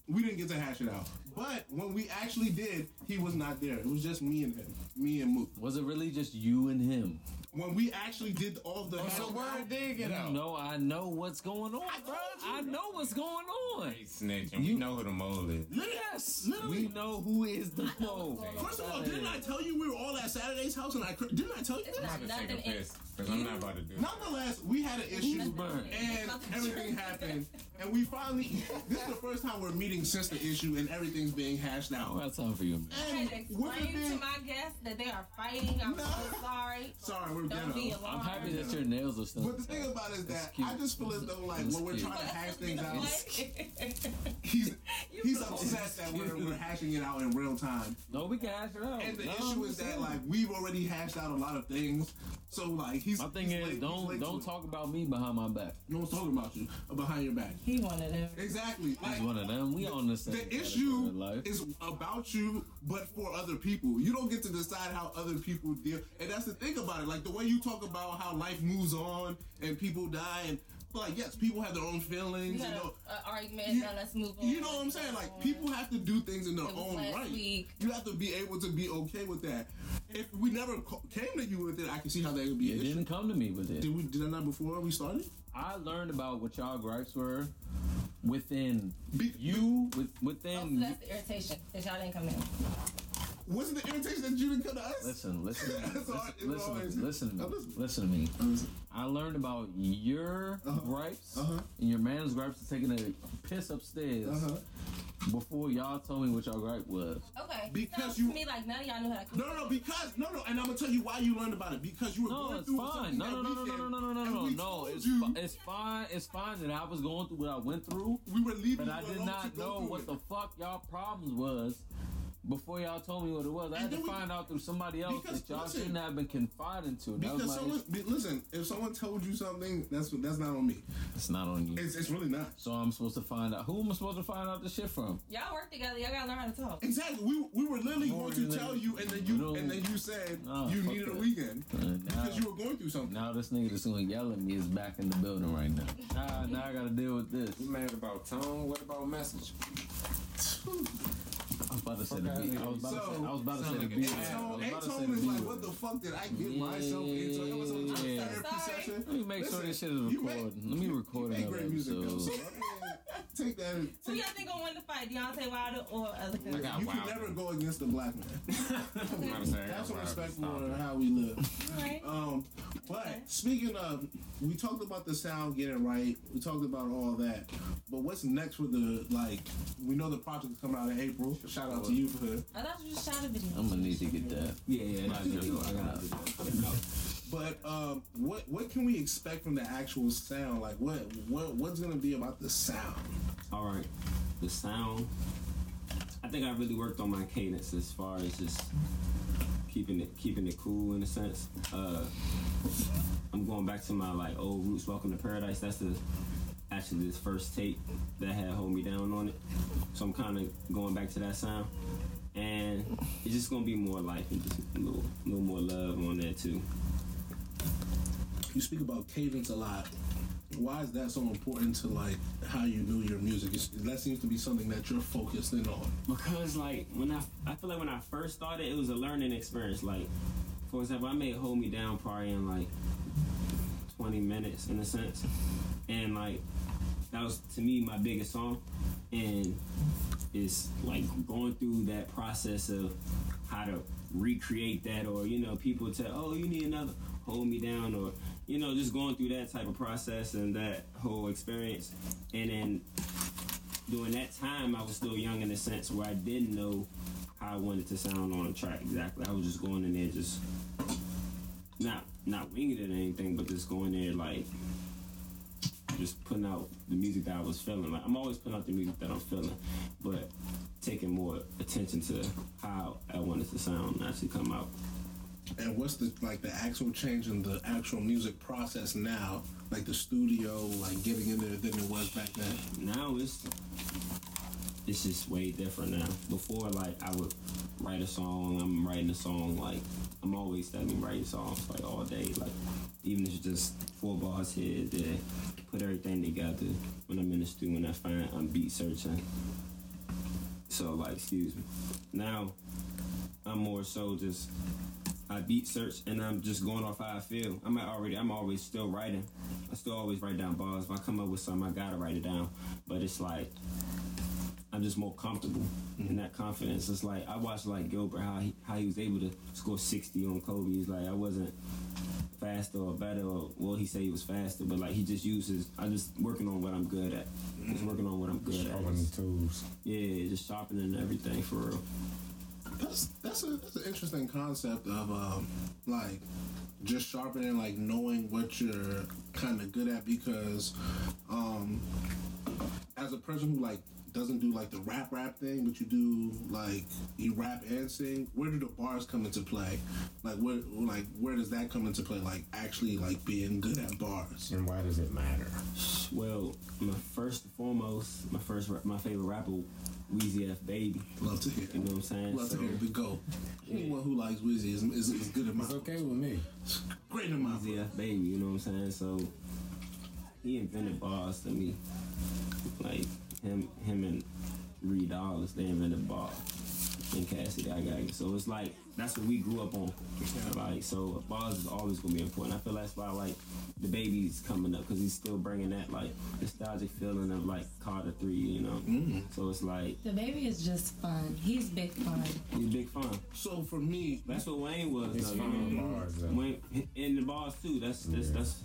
[SPEAKER 2] We didn't get to hash it out. But when we actually did, he was not there. It was just me and him, me and Mook.
[SPEAKER 5] Was it really just you and him?
[SPEAKER 2] When we actually did all the
[SPEAKER 5] Oh,
[SPEAKER 2] hash
[SPEAKER 3] So word
[SPEAKER 2] out,
[SPEAKER 3] did get out.
[SPEAKER 5] No, I know what's going on,
[SPEAKER 2] I
[SPEAKER 5] bro.
[SPEAKER 2] told you.
[SPEAKER 5] I know what's going on.
[SPEAKER 3] He's snitching. You know who the mole is.
[SPEAKER 5] Yes,
[SPEAKER 2] Literally.
[SPEAKER 5] we know who is the foe.
[SPEAKER 2] first of all, didn't I tell you we were all at Saturday's house and I cr- didn't I tell you
[SPEAKER 4] It's
[SPEAKER 2] that?
[SPEAKER 4] not
[SPEAKER 3] I'm about to take a
[SPEAKER 4] nothing.
[SPEAKER 3] piss. Because I'm not about to do it.
[SPEAKER 2] Nonetheless, we had an issue,
[SPEAKER 5] Who's burned?
[SPEAKER 2] and everything happened, and we finally. This is the first time we're meeting since the issue, and everything's being hashed
[SPEAKER 5] I don't
[SPEAKER 2] out.
[SPEAKER 5] have time for you, man.
[SPEAKER 4] I had
[SPEAKER 2] And
[SPEAKER 4] to
[SPEAKER 2] with it
[SPEAKER 4] explain to
[SPEAKER 2] being
[SPEAKER 4] my guests that they are fighting. I'm
[SPEAKER 2] No.
[SPEAKER 4] so sorry.
[SPEAKER 2] Sorry, we're we're
[SPEAKER 4] Don't be
[SPEAKER 2] ghetto.
[SPEAKER 4] alarmed.
[SPEAKER 5] I'm happy that your nails are still.
[SPEAKER 2] But the thing about it is that
[SPEAKER 5] Excuse-
[SPEAKER 2] I just feel as though like when we're trying to hash things out, he's
[SPEAKER 4] You
[SPEAKER 2] he's
[SPEAKER 4] know.
[SPEAKER 2] upset that we're, we're hashing it out in real time.
[SPEAKER 5] no, we can hash it out.
[SPEAKER 2] And the
[SPEAKER 5] No,
[SPEAKER 2] issue is that like we've already hashed out a lot of things. So like he's
[SPEAKER 5] my thing
[SPEAKER 2] he's
[SPEAKER 5] is
[SPEAKER 2] late- he's
[SPEAKER 5] don't
[SPEAKER 2] late
[SPEAKER 5] don't
[SPEAKER 2] to it.
[SPEAKER 5] talk about me behind my back.
[SPEAKER 2] No one's talking about you uh, behind your back.
[SPEAKER 4] He wanted him.
[SPEAKER 2] Exactly.
[SPEAKER 5] He's
[SPEAKER 2] Like,
[SPEAKER 5] one of them. We on the same.
[SPEAKER 2] the
[SPEAKER 5] category
[SPEAKER 2] issue
[SPEAKER 5] of life.
[SPEAKER 2] is about you, but for other people. You don't get to decide how other people deal, and that's the thing about it. Like the way you talk about how life moves on and people die, and like yes, people have their own
[SPEAKER 4] We
[SPEAKER 2] feelings.
[SPEAKER 4] had
[SPEAKER 2] You
[SPEAKER 4] an
[SPEAKER 2] know,
[SPEAKER 4] Uh, argument.
[SPEAKER 2] you-
[SPEAKER 4] now let's move on. Um,
[SPEAKER 2] you know what I'm saying? Like people have to do things in their
[SPEAKER 4] It was
[SPEAKER 2] own
[SPEAKER 4] last
[SPEAKER 2] right.
[SPEAKER 4] week.
[SPEAKER 2] You have to be able to be okay with that. If we never co- came to you with it, I can see how that would be.
[SPEAKER 5] It
[SPEAKER 2] an issue.
[SPEAKER 5] didn't come to me with it.
[SPEAKER 2] Did we did that not before we started?
[SPEAKER 5] I learned about what y'all gripes were within
[SPEAKER 2] Be-
[SPEAKER 5] you, with
[SPEAKER 4] Oh, so
[SPEAKER 5] within.
[SPEAKER 4] that's the irritation that y'all didn't come in.
[SPEAKER 2] Wasn't the irritation that you didn't come to us?
[SPEAKER 5] Listen, listen,
[SPEAKER 2] That's
[SPEAKER 5] listen,
[SPEAKER 2] all- it's
[SPEAKER 5] listen,
[SPEAKER 2] always-
[SPEAKER 5] listen, to
[SPEAKER 2] I'm
[SPEAKER 5] me,
[SPEAKER 2] listening.
[SPEAKER 5] listen to me.
[SPEAKER 2] I'm listening.
[SPEAKER 5] I learned about your
[SPEAKER 2] Uh-huh.
[SPEAKER 5] gripes
[SPEAKER 2] Uh-huh.
[SPEAKER 5] and your man's gripes to taking a piss upstairs
[SPEAKER 2] Uh-huh.
[SPEAKER 5] before y'all told me what y'all gripe was.
[SPEAKER 4] Okay.
[SPEAKER 2] Because
[SPEAKER 4] Sounds
[SPEAKER 2] you-
[SPEAKER 4] to me like none of y'all knew how to cook.
[SPEAKER 2] No, no, no, because no, no, and I'm gonna tell you why you learned about it because you were
[SPEAKER 5] No,
[SPEAKER 2] going
[SPEAKER 5] it's
[SPEAKER 2] through
[SPEAKER 5] fine.
[SPEAKER 2] something
[SPEAKER 5] No, no,
[SPEAKER 2] that
[SPEAKER 5] no, no, no,
[SPEAKER 2] weekend,
[SPEAKER 5] no, no, no,
[SPEAKER 2] and
[SPEAKER 5] no,
[SPEAKER 2] we
[SPEAKER 5] no.
[SPEAKER 2] told
[SPEAKER 5] It's,
[SPEAKER 2] you
[SPEAKER 5] fi- it's fine. It's fine that I was going through what I went through,
[SPEAKER 2] we were leaving,
[SPEAKER 5] but
[SPEAKER 2] you
[SPEAKER 5] I did
[SPEAKER 2] alone to
[SPEAKER 5] not
[SPEAKER 2] go
[SPEAKER 5] know
[SPEAKER 2] through
[SPEAKER 5] what
[SPEAKER 2] it.
[SPEAKER 5] the fuck y'all problems was before y'all told me what it was. I had
[SPEAKER 2] And
[SPEAKER 5] to
[SPEAKER 2] then we-
[SPEAKER 5] find out through somebody else
[SPEAKER 2] Because,
[SPEAKER 5] that y'all
[SPEAKER 2] listen,
[SPEAKER 5] shouldn't have been confiding to. That was
[SPEAKER 2] Because
[SPEAKER 5] my
[SPEAKER 2] someone,
[SPEAKER 5] issue.
[SPEAKER 2] be- listen, if someone told you something, that's that's not on me.
[SPEAKER 5] It's not on you.
[SPEAKER 2] It's, it's really not.
[SPEAKER 5] So I'm supposed to find out who am I supposed to find out this shit from?
[SPEAKER 4] Y'all work together. Y'all gotta learn how to talk.
[SPEAKER 2] Exactly. We we were literally
[SPEAKER 5] More
[SPEAKER 2] going to
[SPEAKER 5] than-
[SPEAKER 2] tell you, and then
[SPEAKER 5] No.
[SPEAKER 2] you and then you said
[SPEAKER 5] Nah,
[SPEAKER 2] you
[SPEAKER 5] fuck
[SPEAKER 2] needed a
[SPEAKER 5] that.
[SPEAKER 2] weekend
[SPEAKER 5] And now,
[SPEAKER 2] because you were going through something.
[SPEAKER 5] now this nigga that's gonna yell at me is back in the building right now. Nah, now I gotta deal with this.
[SPEAKER 6] You mad about tone? What about message?
[SPEAKER 5] I was about to say the beat. I was about to say. I was about to say the
[SPEAKER 2] And
[SPEAKER 5] beat. I
[SPEAKER 2] Tone,
[SPEAKER 5] was
[SPEAKER 2] and
[SPEAKER 5] about to say
[SPEAKER 2] Tone
[SPEAKER 5] the
[SPEAKER 2] is like,
[SPEAKER 5] beat.
[SPEAKER 2] what the fuck did I get myself into? It was a
[SPEAKER 5] Yeah.
[SPEAKER 2] therapy
[SPEAKER 4] Sorry.
[SPEAKER 2] session.
[SPEAKER 5] Let me make sure this shit is
[SPEAKER 2] you make-
[SPEAKER 5] recorded. Let me record
[SPEAKER 2] Make
[SPEAKER 5] another
[SPEAKER 2] great music, though. So,
[SPEAKER 5] episode.
[SPEAKER 2] I mean, take that.
[SPEAKER 4] Who
[SPEAKER 2] Take
[SPEAKER 4] y'all think gonna win the fight, Deontay Wilder or other
[SPEAKER 6] I
[SPEAKER 4] guy?
[SPEAKER 6] got
[SPEAKER 2] You
[SPEAKER 6] wild.
[SPEAKER 2] can never go against the black man.
[SPEAKER 6] I'm sorry, I
[SPEAKER 2] That's
[SPEAKER 6] got
[SPEAKER 2] what
[SPEAKER 6] wild.
[SPEAKER 2] respect
[SPEAKER 6] Stop
[SPEAKER 2] for
[SPEAKER 6] it.
[SPEAKER 2] how we live.
[SPEAKER 4] Right.
[SPEAKER 2] Um,
[SPEAKER 4] Okay.
[SPEAKER 2] but speaking of, we talked about the sound getting right. We talked about all that. But what's next for the like? We know the project's coming out in April. Shout out to you for it.
[SPEAKER 4] I thought you just shot a video.
[SPEAKER 5] I'm gonna need to get that.
[SPEAKER 1] Yeah, yeah, that's
[SPEAKER 5] Might be
[SPEAKER 1] good.
[SPEAKER 5] a
[SPEAKER 1] I gotta do that.
[SPEAKER 2] But um, what what can we expect from the actual sound? Like what what what's gonna be about the sound?
[SPEAKER 1] All right, the sound. I think I really worked on my cadence as far as just keeping it keeping it cool in a sense. Uh, I'm going back to my like old roots. Welcome to Paradise. That's the actually this first tape that had Hold Me Down on it. So I'm kind of going back to that sound, and it's just gonna be more life and just a little little more love on there too.
[SPEAKER 2] You speak about cadence a lot. Why is that so important to like how you do your music? It's, that seems to be something that you're focused in on.
[SPEAKER 1] Because like when I, I feel like when I first started, it was a learning experience. Like, for example, I made "Hold Me Down" probably in like 20 minutes, in a sense, and like that was to me my biggest song, and it's like going through that process of how to recreate that, or you know, people tell, oh, you need another "Hold Me Down," or you know, just going through that type of process and that whole experience, and then during that time I was still young in a sense where I didn't know how I wanted to sound on a track exactly. I was just going in there just not not winging it or anything, but just going there like just putting out the music that I was feeling. Like I'm always putting out the music that I'm feeling, but taking more attention to how I wanted to sound and actually come out.
[SPEAKER 2] And what's the like the actual change in the actual music process now? Like the studio, like getting in there than it was back then.
[SPEAKER 1] now it's it's just way different now. Before, like I would write a song. I'm writing a song. Like I'm always that I'm writing songs like all day. Like even if it's just four bars here, there, put everything together when I'm in the studio and I find I'm beat searching. So like, excuse me. Now I'm more so just I beat search and I'm just going off how I feel. I'm not already I'm always still writing. I still always write down bars. If I come up with something I gotta write it down. But it's like I'm just more comfortable in that confidence. It's like I watched like Gilbert how he how he was able to score sixty on Kobe. He's like I wasn't faster or better or well he said he was faster, but like he just uses I'm just working on what I'm good at. Just working on what I'm good at.
[SPEAKER 6] Sharpen the tools.
[SPEAKER 1] Yeah, just shopping and everything for real.
[SPEAKER 2] That's that's, a, that's an interesting concept of um, like just sharpening, like knowing what you're kind of good at because um, as a person who like doesn't do like the rap rap thing, but you do like you rap and sing. Where do the bars come into play? Like where like where does that come into play? Like actually like being good at bars.
[SPEAKER 6] And why does it matter?
[SPEAKER 1] Well, my first and foremost, my first, ra- my favorite rapper, Weezy F Baby.
[SPEAKER 2] Love to hear.
[SPEAKER 1] You
[SPEAKER 2] it.
[SPEAKER 1] know what I'm saying?
[SPEAKER 2] Love to
[SPEAKER 1] So,
[SPEAKER 2] hear it. But go. Anyone who likes Wizzy is, is, is good at my
[SPEAKER 6] It's okay with me.
[SPEAKER 2] great in my book.
[SPEAKER 1] Weezy F Baby. You know what I'm saying? So he invented bars to me. Like him, him and Reed Dollars, they invented bars. And Cassidy, I got So it's like that's what we grew up on. Like so, bars is always gonna be important. I feel that's why like the baby's coming up because he's still bringing that like nostalgic feeling of like Carter Three. You know.
[SPEAKER 6] Mm-hmm.
[SPEAKER 1] So it's like
[SPEAKER 4] The baby is just fun. He's big fun.
[SPEAKER 1] he's big fun.
[SPEAKER 2] So for me,
[SPEAKER 1] That's what Wayne was.
[SPEAKER 6] It's
[SPEAKER 1] though, you
[SPEAKER 6] fun
[SPEAKER 1] know?
[SPEAKER 6] bars, though.
[SPEAKER 1] Wayne in the bars too. That's that's that's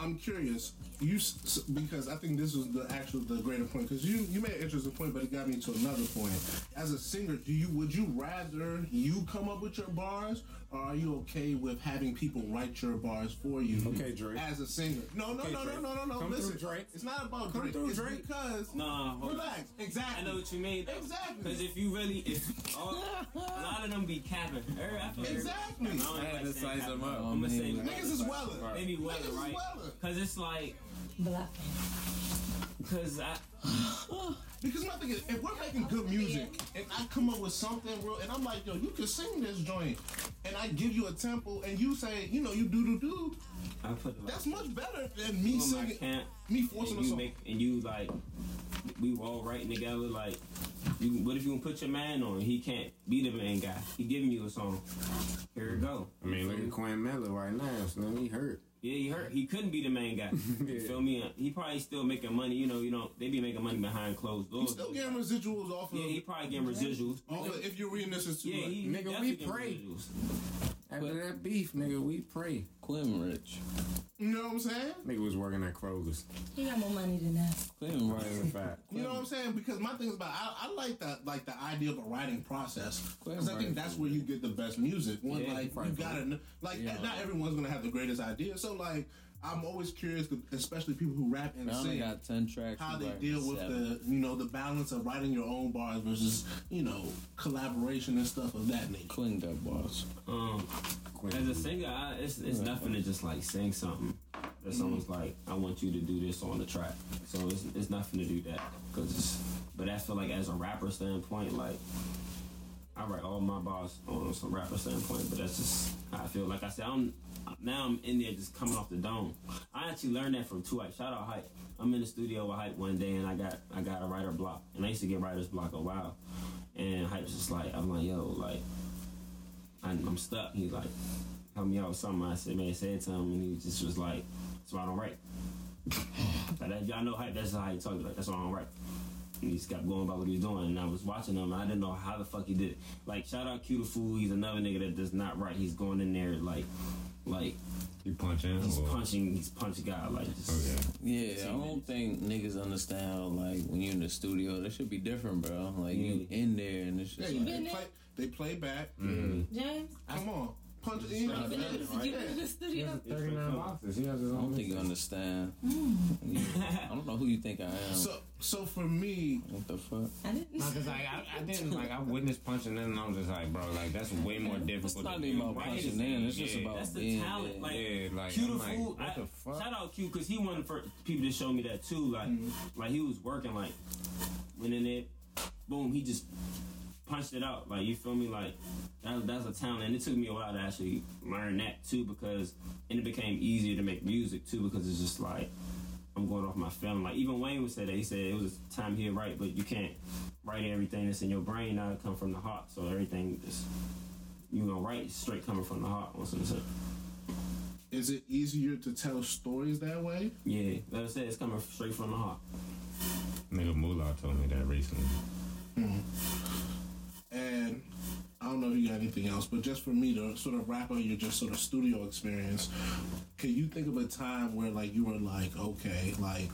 [SPEAKER 2] I'm curious. You s- s- because I think this was the actual the greater point because you you made an interesting point, but it got me to another point. As a singer, do you would you rather you come up with your bars, or are you okay with having people write your bars for you?
[SPEAKER 6] Okay, Drake.
[SPEAKER 2] As a singer, no, no,
[SPEAKER 6] Okay,
[SPEAKER 2] no, no,
[SPEAKER 6] Drake.
[SPEAKER 2] no, no, no.
[SPEAKER 6] Come through,
[SPEAKER 2] Listen,
[SPEAKER 6] Drake.
[SPEAKER 2] It's not about
[SPEAKER 6] Come
[SPEAKER 2] Drake.
[SPEAKER 6] through,
[SPEAKER 2] it's
[SPEAKER 6] Drake.
[SPEAKER 2] because
[SPEAKER 1] nah. hold on.
[SPEAKER 2] relax. Exactly.
[SPEAKER 1] I know what you mean.
[SPEAKER 2] Exactly.
[SPEAKER 1] Because if you really, if all, a lot of them be capping. Every- I feel every-
[SPEAKER 2] Exactly.
[SPEAKER 1] I don't
[SPEAKER 3] I had
[SPEAKER 1] like
[SPEAKER 3] to
[SPEAKER 1] saying
[SPEAKER 3] size
[SPEAKER 1] capping.
[SPEAKER 3] them up.
[SPEAKER 1] I'm gonna say
[SPEAKER 5] Niggas
[SPEAKER 2] Niggas is weller.
[SPEAKER 1] maybe
[SPEAKER 2] Niggas
[SPEAKER 1] weather,
[SPEAKER 2] is
[SPEAKER 1] right?
[SPEAKER 2] weller.
[SPEAKER 1] Because it's like,
[SPEAKER 4] Black.
[SPEAKER 1] because I,
[SPEAKER 2] Because my thing is, if we're making good music, and I come up with something real, and I'm like, yo, you can sing this joint, and I give you a tempo, and you say, you know, you do do do,
[SPEAKER 1] I put a lot
[SPEAKER 2] that's much better than me
[SPEAKER 1] on my
[SPEAKER 2] singing,
[SPEAKER 1] camp.
[SPEAKER 2] me forcing a
[SPEAKER 1] and you
[SPEAKER 2] song.
[SPEAKER 1] make and you like we were all writing together like you, what if you can put your man on he can't be the man guy he giving you a song here it go
[SPEAKER 3] I mean, look at Quinn Miller right now. So he hurt.
[SPEAKER 1] yeah he hurt he couldn't be the man guy you
[SPEAKER 3] Yeah.
[SPEAKER 1] feel me Uh, he probably still making money you know you know they be making money behind closed
[SPEAKER 2] You
[SPEAKER 1] doors
[SPEAKER 2] still getting residuals off of,
[SPEAKER 1] yeah he probably getting residuals
[SPEAKER 2] off of if you're reading this is too
[SPEAKER 1] yeah
[SPEAKER 2] much.
[SPEAKER 1] he,
[SPEAKER 3] Nigga, we
[SPEAKER 1] definitely getting
[SPEAKER 3] pray.
[SPEAKER 1] residuals.
[SPEAKER 3] After that beef, nigga, we pray.
[SPEAKER 5] Clem Rich.
[SPEAKER 2] You know what I'm saying?
[SPEAKER 3] Nigga was working at Kroger's.
[SPEAKER 4] He got more money than us.
[SPEAKER 5] Clem
[SPEAKER 3] Right in
[SPEAKER 5] Rich.
[SPEAKER 3] fact.
[SPEAKER 2] You know what I'm saying? Because my thing is about I, I like that like the idea of a writing process because I think that's where you get the best music. When
[SPEAKER 5] Yeah,
[SPEAKER 2] like you
[SPEAKER 5] probably.
[SPEAKER 2] gotta kn- like
[SPEAKER 5] Yeah.
[SPEAKER 2] not everyone's gonna have the greatest idea. So like I'm always curious, especially people who rap and
[SPEAKER 5] I only
[SPEAKER 2] sing,
[SPEAKER 5] got ten tracks.
[SPEAKER 2] how
[SPEAKER 5] he
[SPEAKER 2] they
[SPEAKER 5] writing
[SPEAKER 2] deal with
[SPEAKER 5] seven.
[SPEAKER 2] the you know the balance of writing your own bars versus you know collaboration and stuff of that nature.
[SPEAKER 5] Clem got bars.
[SPEAKER 1] um As a singer, I, it's it's nothing to just like sing something.
[SPEAKER 2] Mm-hmm.
[SPEAKER 1] That someone's like, I want you to do this on the track. So it's, it's nothing to do that. Cause it's, but I feel like as a rapper standpoint, like I write all my bars on some rapper standpoint. But that's just how I feel. Like I said, I'm now I'm in there just coming off the dome. I actually learned that from Two Hype. Shout out Hype. I'm in the studio with Hype one day, and I got I got a writer block, and I used to get writer's block a while. And Hype's just like, I'm like, yo, like I'm, I'm stuck. He's like, help me out with something. I said, man, say it to him. And he just was like, that's why I don't write. like, that, y'all know hype, that's how he talks. Like, that's why I don't write. And he just kept going about what he was doing. And I was watching him, and I didn't know how the fuck he did it. Like, shout out Q the Fool. He's another nigga that does not write. He's going in there, like, like
[SPEAKER 3] You punch in.
[SPEAKER 1] he's
[SPEAKER 3] or-
[SPEAKER 1] punching, he's punching God. Like, just,
[SPEAKER 3] Oh, Okay.
[SPEAKER 5] Yeah, I don't think niggas understand how, like when you in the studio, that should be different, bro. Like you in there and it's
[SPEAKER 2] Yeah,
[SPEAKER 5] just
[SPEAKER 2] you,
[SPEAKER 5] like Mm-hmm.
[SPEAKER 2] they
[SPEAKER 4] Been
[SPEAKER 2] play they play back.
[SPEAKER 4] James,
[SPEAKER 2] Come on, punch. You know,
[SPEAKER 4] you been
[SPEAKER 2] Uh, yeah.
[SPEAKER 4] in the- you been in the
[SPEAKER 6] He
[SPEAKER 4] studio?
[SPEAKER 6] has 39 boxes. He has his
[SPEAKER 5] I
[SPEAKER 6] own.
[SPEAKER 5] don't think you
[SPEAKER 6] business.
[SPEAKER 5] understand. Yeah, I don't know who you think I am.
[SPEAKER 2] So so for me,
[SPEAKER 5] what the fuck?
[SPEAKER 4] I didn't.
[SPEAKER 3] No, cause like I, I didn't like I witnessed punching in and I was just like, bro, like that's way more difficult.
[SPEAKER 5] It's not
[SPEAKER 3] than
[SPEAKER 5] even
[SPEAKER 3] you
[SPEAKER 5] about
[SPEAKER 3] writing.
[SPEAKER 5] punching in. It's just
[SPEAKER 3] Yeah.
[SPEAKER 5] about
[SPEAKER 1] That's the
[SPEAKER 5] being
[SPEAKER 1] talent,
[SPEAKER 5] there.
[SPEAKER 1] like-
[SPEAKER 3] yeah, like
[SPEAKER 1] Q
[SPEAKER 3] I'm
[SPEAKER 1] the
[SPEAKER 3] like,
[SPEAKER 1] fool.
[SPEAKER 3] what
[SPEAKER 1] I-
[SPEAKER 3] the fuck?
[SPEAKER 1] Shout out Q because he one of the first people to show me that too. Like, like he was working like went in there, boom, he just punched it out. Like you feel me? Like that, that's a talent. And it took me a while to actually learn that too because and it became easier to make music too because it's just like I'm going off my feeling. Like even Wayne would say that he said it was a time here right, but you can't write everything that's in your brain. Now it come from the heart, so everything just you gonna write straight coming from the heart. Once in a second.
[SPEAKER 2] is it easier to tell stories that way?
[SPEAKER 1] Yeah, like I said, it's coming straight from the heart.
[SPEAKER 3] Nigga Moolah told me that recently.
[SPEAKER 2] And I don't know if you got anything else, but just for me to sort of wrap up your just sort of studio experience, can you think of a time where like you were like, okay, like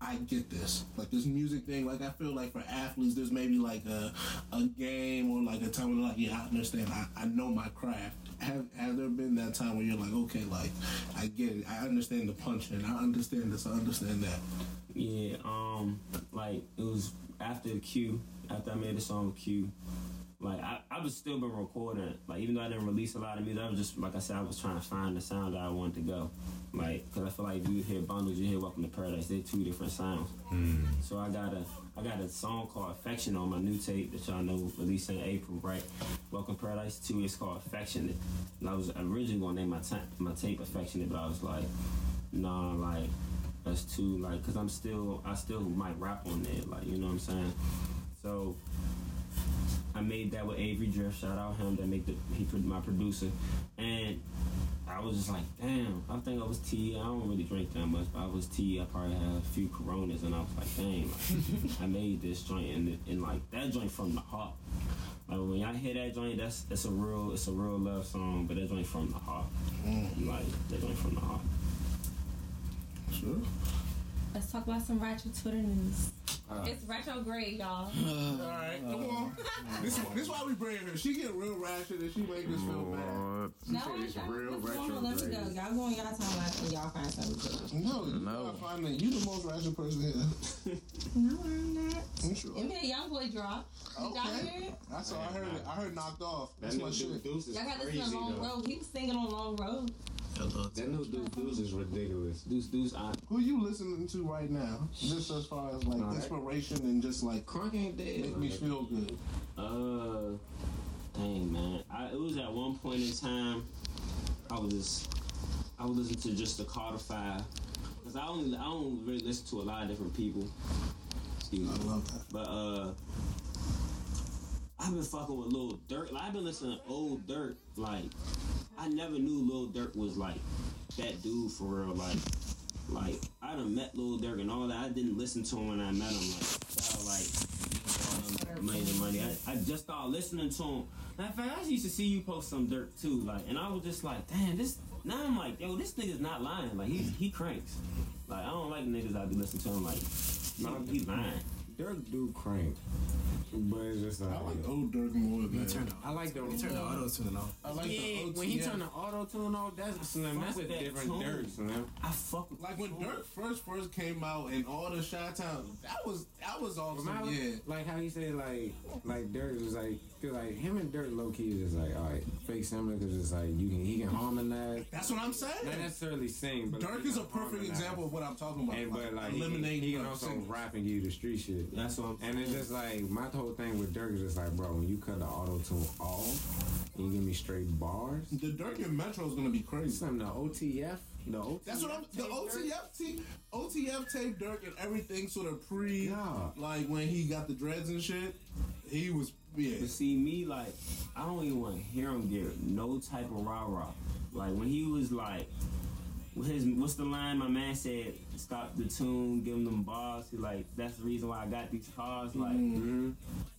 [SPEAKER 2] I get this. Like this music thing, like I feel like for athletes, there's maybe like a a game or like a time where they're like, yeah, I understand. I, I know my craft. Have has there been that time where you're like, okay, like I get it. I understand the punch and I understand this. I understand that.
[SPEAKER 1] Yeah, um, like it was after the Q, after I made the song Q. Like I, I was still been recording. it. Like even though I didn't release a lot of music, I was just like I said, I was trying to find the sound that I wanted to go. Like, cause I feel like if you hear bundles, you hear Welcome to Paradise. They're two different sounds. So I got a I got a song called Affection on my new tape that y'all know released in April, right? Welcome to Paradise Two. It's called Affectionate. And I was originally gonna name my ta- my tape Affectionate, but I was like, nah, like that's too like, cause I'm still I still might rap on there, like you know what I'm saying. So I made that with Avery Drift. Shout out him that make the he put my producer, and I was just like, damn. I think I was T. I don't really drink that much, but I was T. I probably had a few Coronas, and I was like, dang. Like, I made this joint, and, and like that joint from the heart. Like when y'all hear that joint, that's that's a real it's a real love song, but that joint from the heart. Like that joint from the heart.
[SPEAKER 2] Sure.
[SPEAKER 4] Let's talk about some retro Twitter news. it's retrograde, y'all.
[SPEAKER 2] All right, come on. This this is why we bring her. She get real ratchet and she make us feel bad.
[SPEAKER 4] No, Let me go. Y'all go on y'all timeline and y'all find something.
[SPEAKER 2] No, you
[SPEAKER 5] No.
[SPEAKER 2] no. find that you the most ratchet person here.
[SPEAKER 4] No, I'm not.
[SPEAKER 2] I'm sure.
[SPEAKER 4] You hear Young Boy drop? Did y'all
[SPEAKER 2] Okay.
[SPEAKER 4] hear it?
[SPEAKER 2] I saw. I heard it. I heard knocked off.
[SPEAKER 3] That
[SPEAKER 2] That's my
[SPEAKER 3] new
[SPEAKER 2] shit.
[SPEAKER 3] dude Deuce is
[SPEAKER 4] Y'all got to
[SPEAKER 3] crazy
[SPEAKER 4] listen to Long
[SPEAKER 3] though.
[SPEAKER 4] Road. He was singing on Long Road.
[SPEAKER 3] That new dude Deuce is ridiculous.
[SPEAKER 1] Deuce Deuce, I
[SPEAKER 2] Who you listening to right now? Just as far as like
[SPEAKER 3] All right.
[SPEAKER 2] inspiration and just like
[SPEAKER 3] Crunk ain't dead.
[SPEAKER 2] make me feel good.
[SPEAKER 1] Uh, dang man, I, it was at one point in time I was just I was listening to just the Carter Five because I only I don't really listen to a lot of different people. Excuse
[SPEAKER 2] I
[SPEAKER 1] me,
[SPEAKER 2] love that.
[SPEAKER 1] but uh, I've been fucking with Lil Dirt. Like, I've been listening to old Dirt. Like I never knew Lil Dirt was like that dude for real. Like like I done met Lil Durk and all that. I didn't listen to him when I met him. Like, child, like amazing money. I, I just started listening to him. Matter of fact, I used to see you post some Dirt too. Like, and I was just like, damn, this. Now I'm like, yo, this nigga's not lying. Like, he he cranks. Like, I don't like niggas. I be listening to him. Like, no, he lying.
[SPEAKER 3] Dirk do crank, but it's just like.
[SPEAKER 2] I like old Dirk more than
[SPEAKER 3] Turn the- I like the
[SPEAKER 7] Turn the auto tune off.
[SPEAKER 2] I like
[SPEAKER 3] Yeah,
[SPEAKER 2] the OTF.
[SPEAKER 3] when he turned the auto tune off, that's Slim. That's a
[SPEAKER 1] with that
[SPEAKER 3] different
[SPEAKER 1] tune.
[SPEAKER 3] Dirk, Slim.
[SPEAKER 1] I fuck with.
[SPEAKER 2] like when Dirk first first came out and all the shot towns. That was that was awesome.
[SPEAKER 3] Remember,
[SPEAKER 2] Yeah.
[SPEAKER 3] like how he said, like, like Dirk was like, cause like him and Dirk low key is just like, all right, fake similar, cause it's like you can he can harmonize,
[SPEAKER 2] That's what I'm
[SPEAKER 3] not
[SPEAKER 2] saying.
[SPEAKER 3] necessarily sing, but
[SPEAKER 2] Dirk
[SPEAKER 3] he
[SPEAKER 2] is a
[SPEAKER 3] can
[SPEAKER 2] perfect
[SPEAKER 3] harmonize.
[SPEAKER 2] example of what I'm talking about.
[SPEAKER 3] And but like eliminate,
[SPEAKER 2] eliminating
[SPEAKER 3] he, can
[SPEAKER 2] other
[SPEAKER 3] also
[SPEAKER 2] singers.
[SPEAKER 3] rap and give you the street shit.
[SPEAKER 1] That's what I'm.
[SPEAKER 3] And it's just like my whole thing with Dirk is just like, bro, when you cut the auto tune off and you give me straight bars,
[SPEAKER 2] The Dirk in Metro is gonna be crazy.
[SPEAKER 3] Slim, the OTF, the OTF.
[SPEAKER 2] That's what I'm. The OTF tape, OTF tape Dirk and everything sort of pre,
[SPEAKER 3] Yeah.
[SPEAKER 2] like when he got the dreads and shit. He was yeah.
[SPEAKER 1] But see me like I don't even want to hear him get no type of rah rah. Like when he was like, with his what's the line my man said? Stop the tune, give him them bars. He like that's the reason why I got these cars. Like
[SPEAKER 2] Mm-hmm.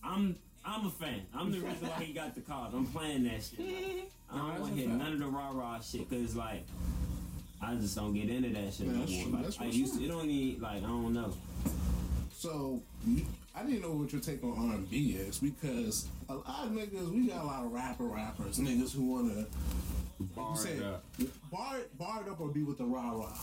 [SPEAKER 1] I'm I'm a fan. I'm the reason why he got the cars. I'm playing that shit. Like, I
[SPEAKER 3] No,
[SPEAKER 1] don't
[SPEAKER 3] that's
[SPEAKER 1] want
[SPEAKER 3] a
[SPEAKER 1] to hear
[SPEAKER 3] fact.
[SPEAKER 1] none of the rah rah shit because like. I just don't get into that shit
[SPEAKER 2] Yeah,
[SPEAKER 1] no
[SPEAKER 2] that's
[SPEAKER 1] more.
[SPEAKER 2] true.
[SPEAKER 1] Like,
[SPEAKER 2] That's
[SPEAKER 1] I
[SPEAKER 2] what's
[SPEAKER 1] used
[SPEAKER 2] up.
[SPEAKER 1] to, it don't need, like, I don't know.
[SPEAKER 2] So I didn't know what your take on R and B is because a lot of niggas, we got a lot of rapper rappers, niggas who wanna you
[SPEAKER 3] Bars
[SPEAKER 2] say
[SPEAKER 3] up.
[SPEAKER 2] bar barred up or be with the rah rah.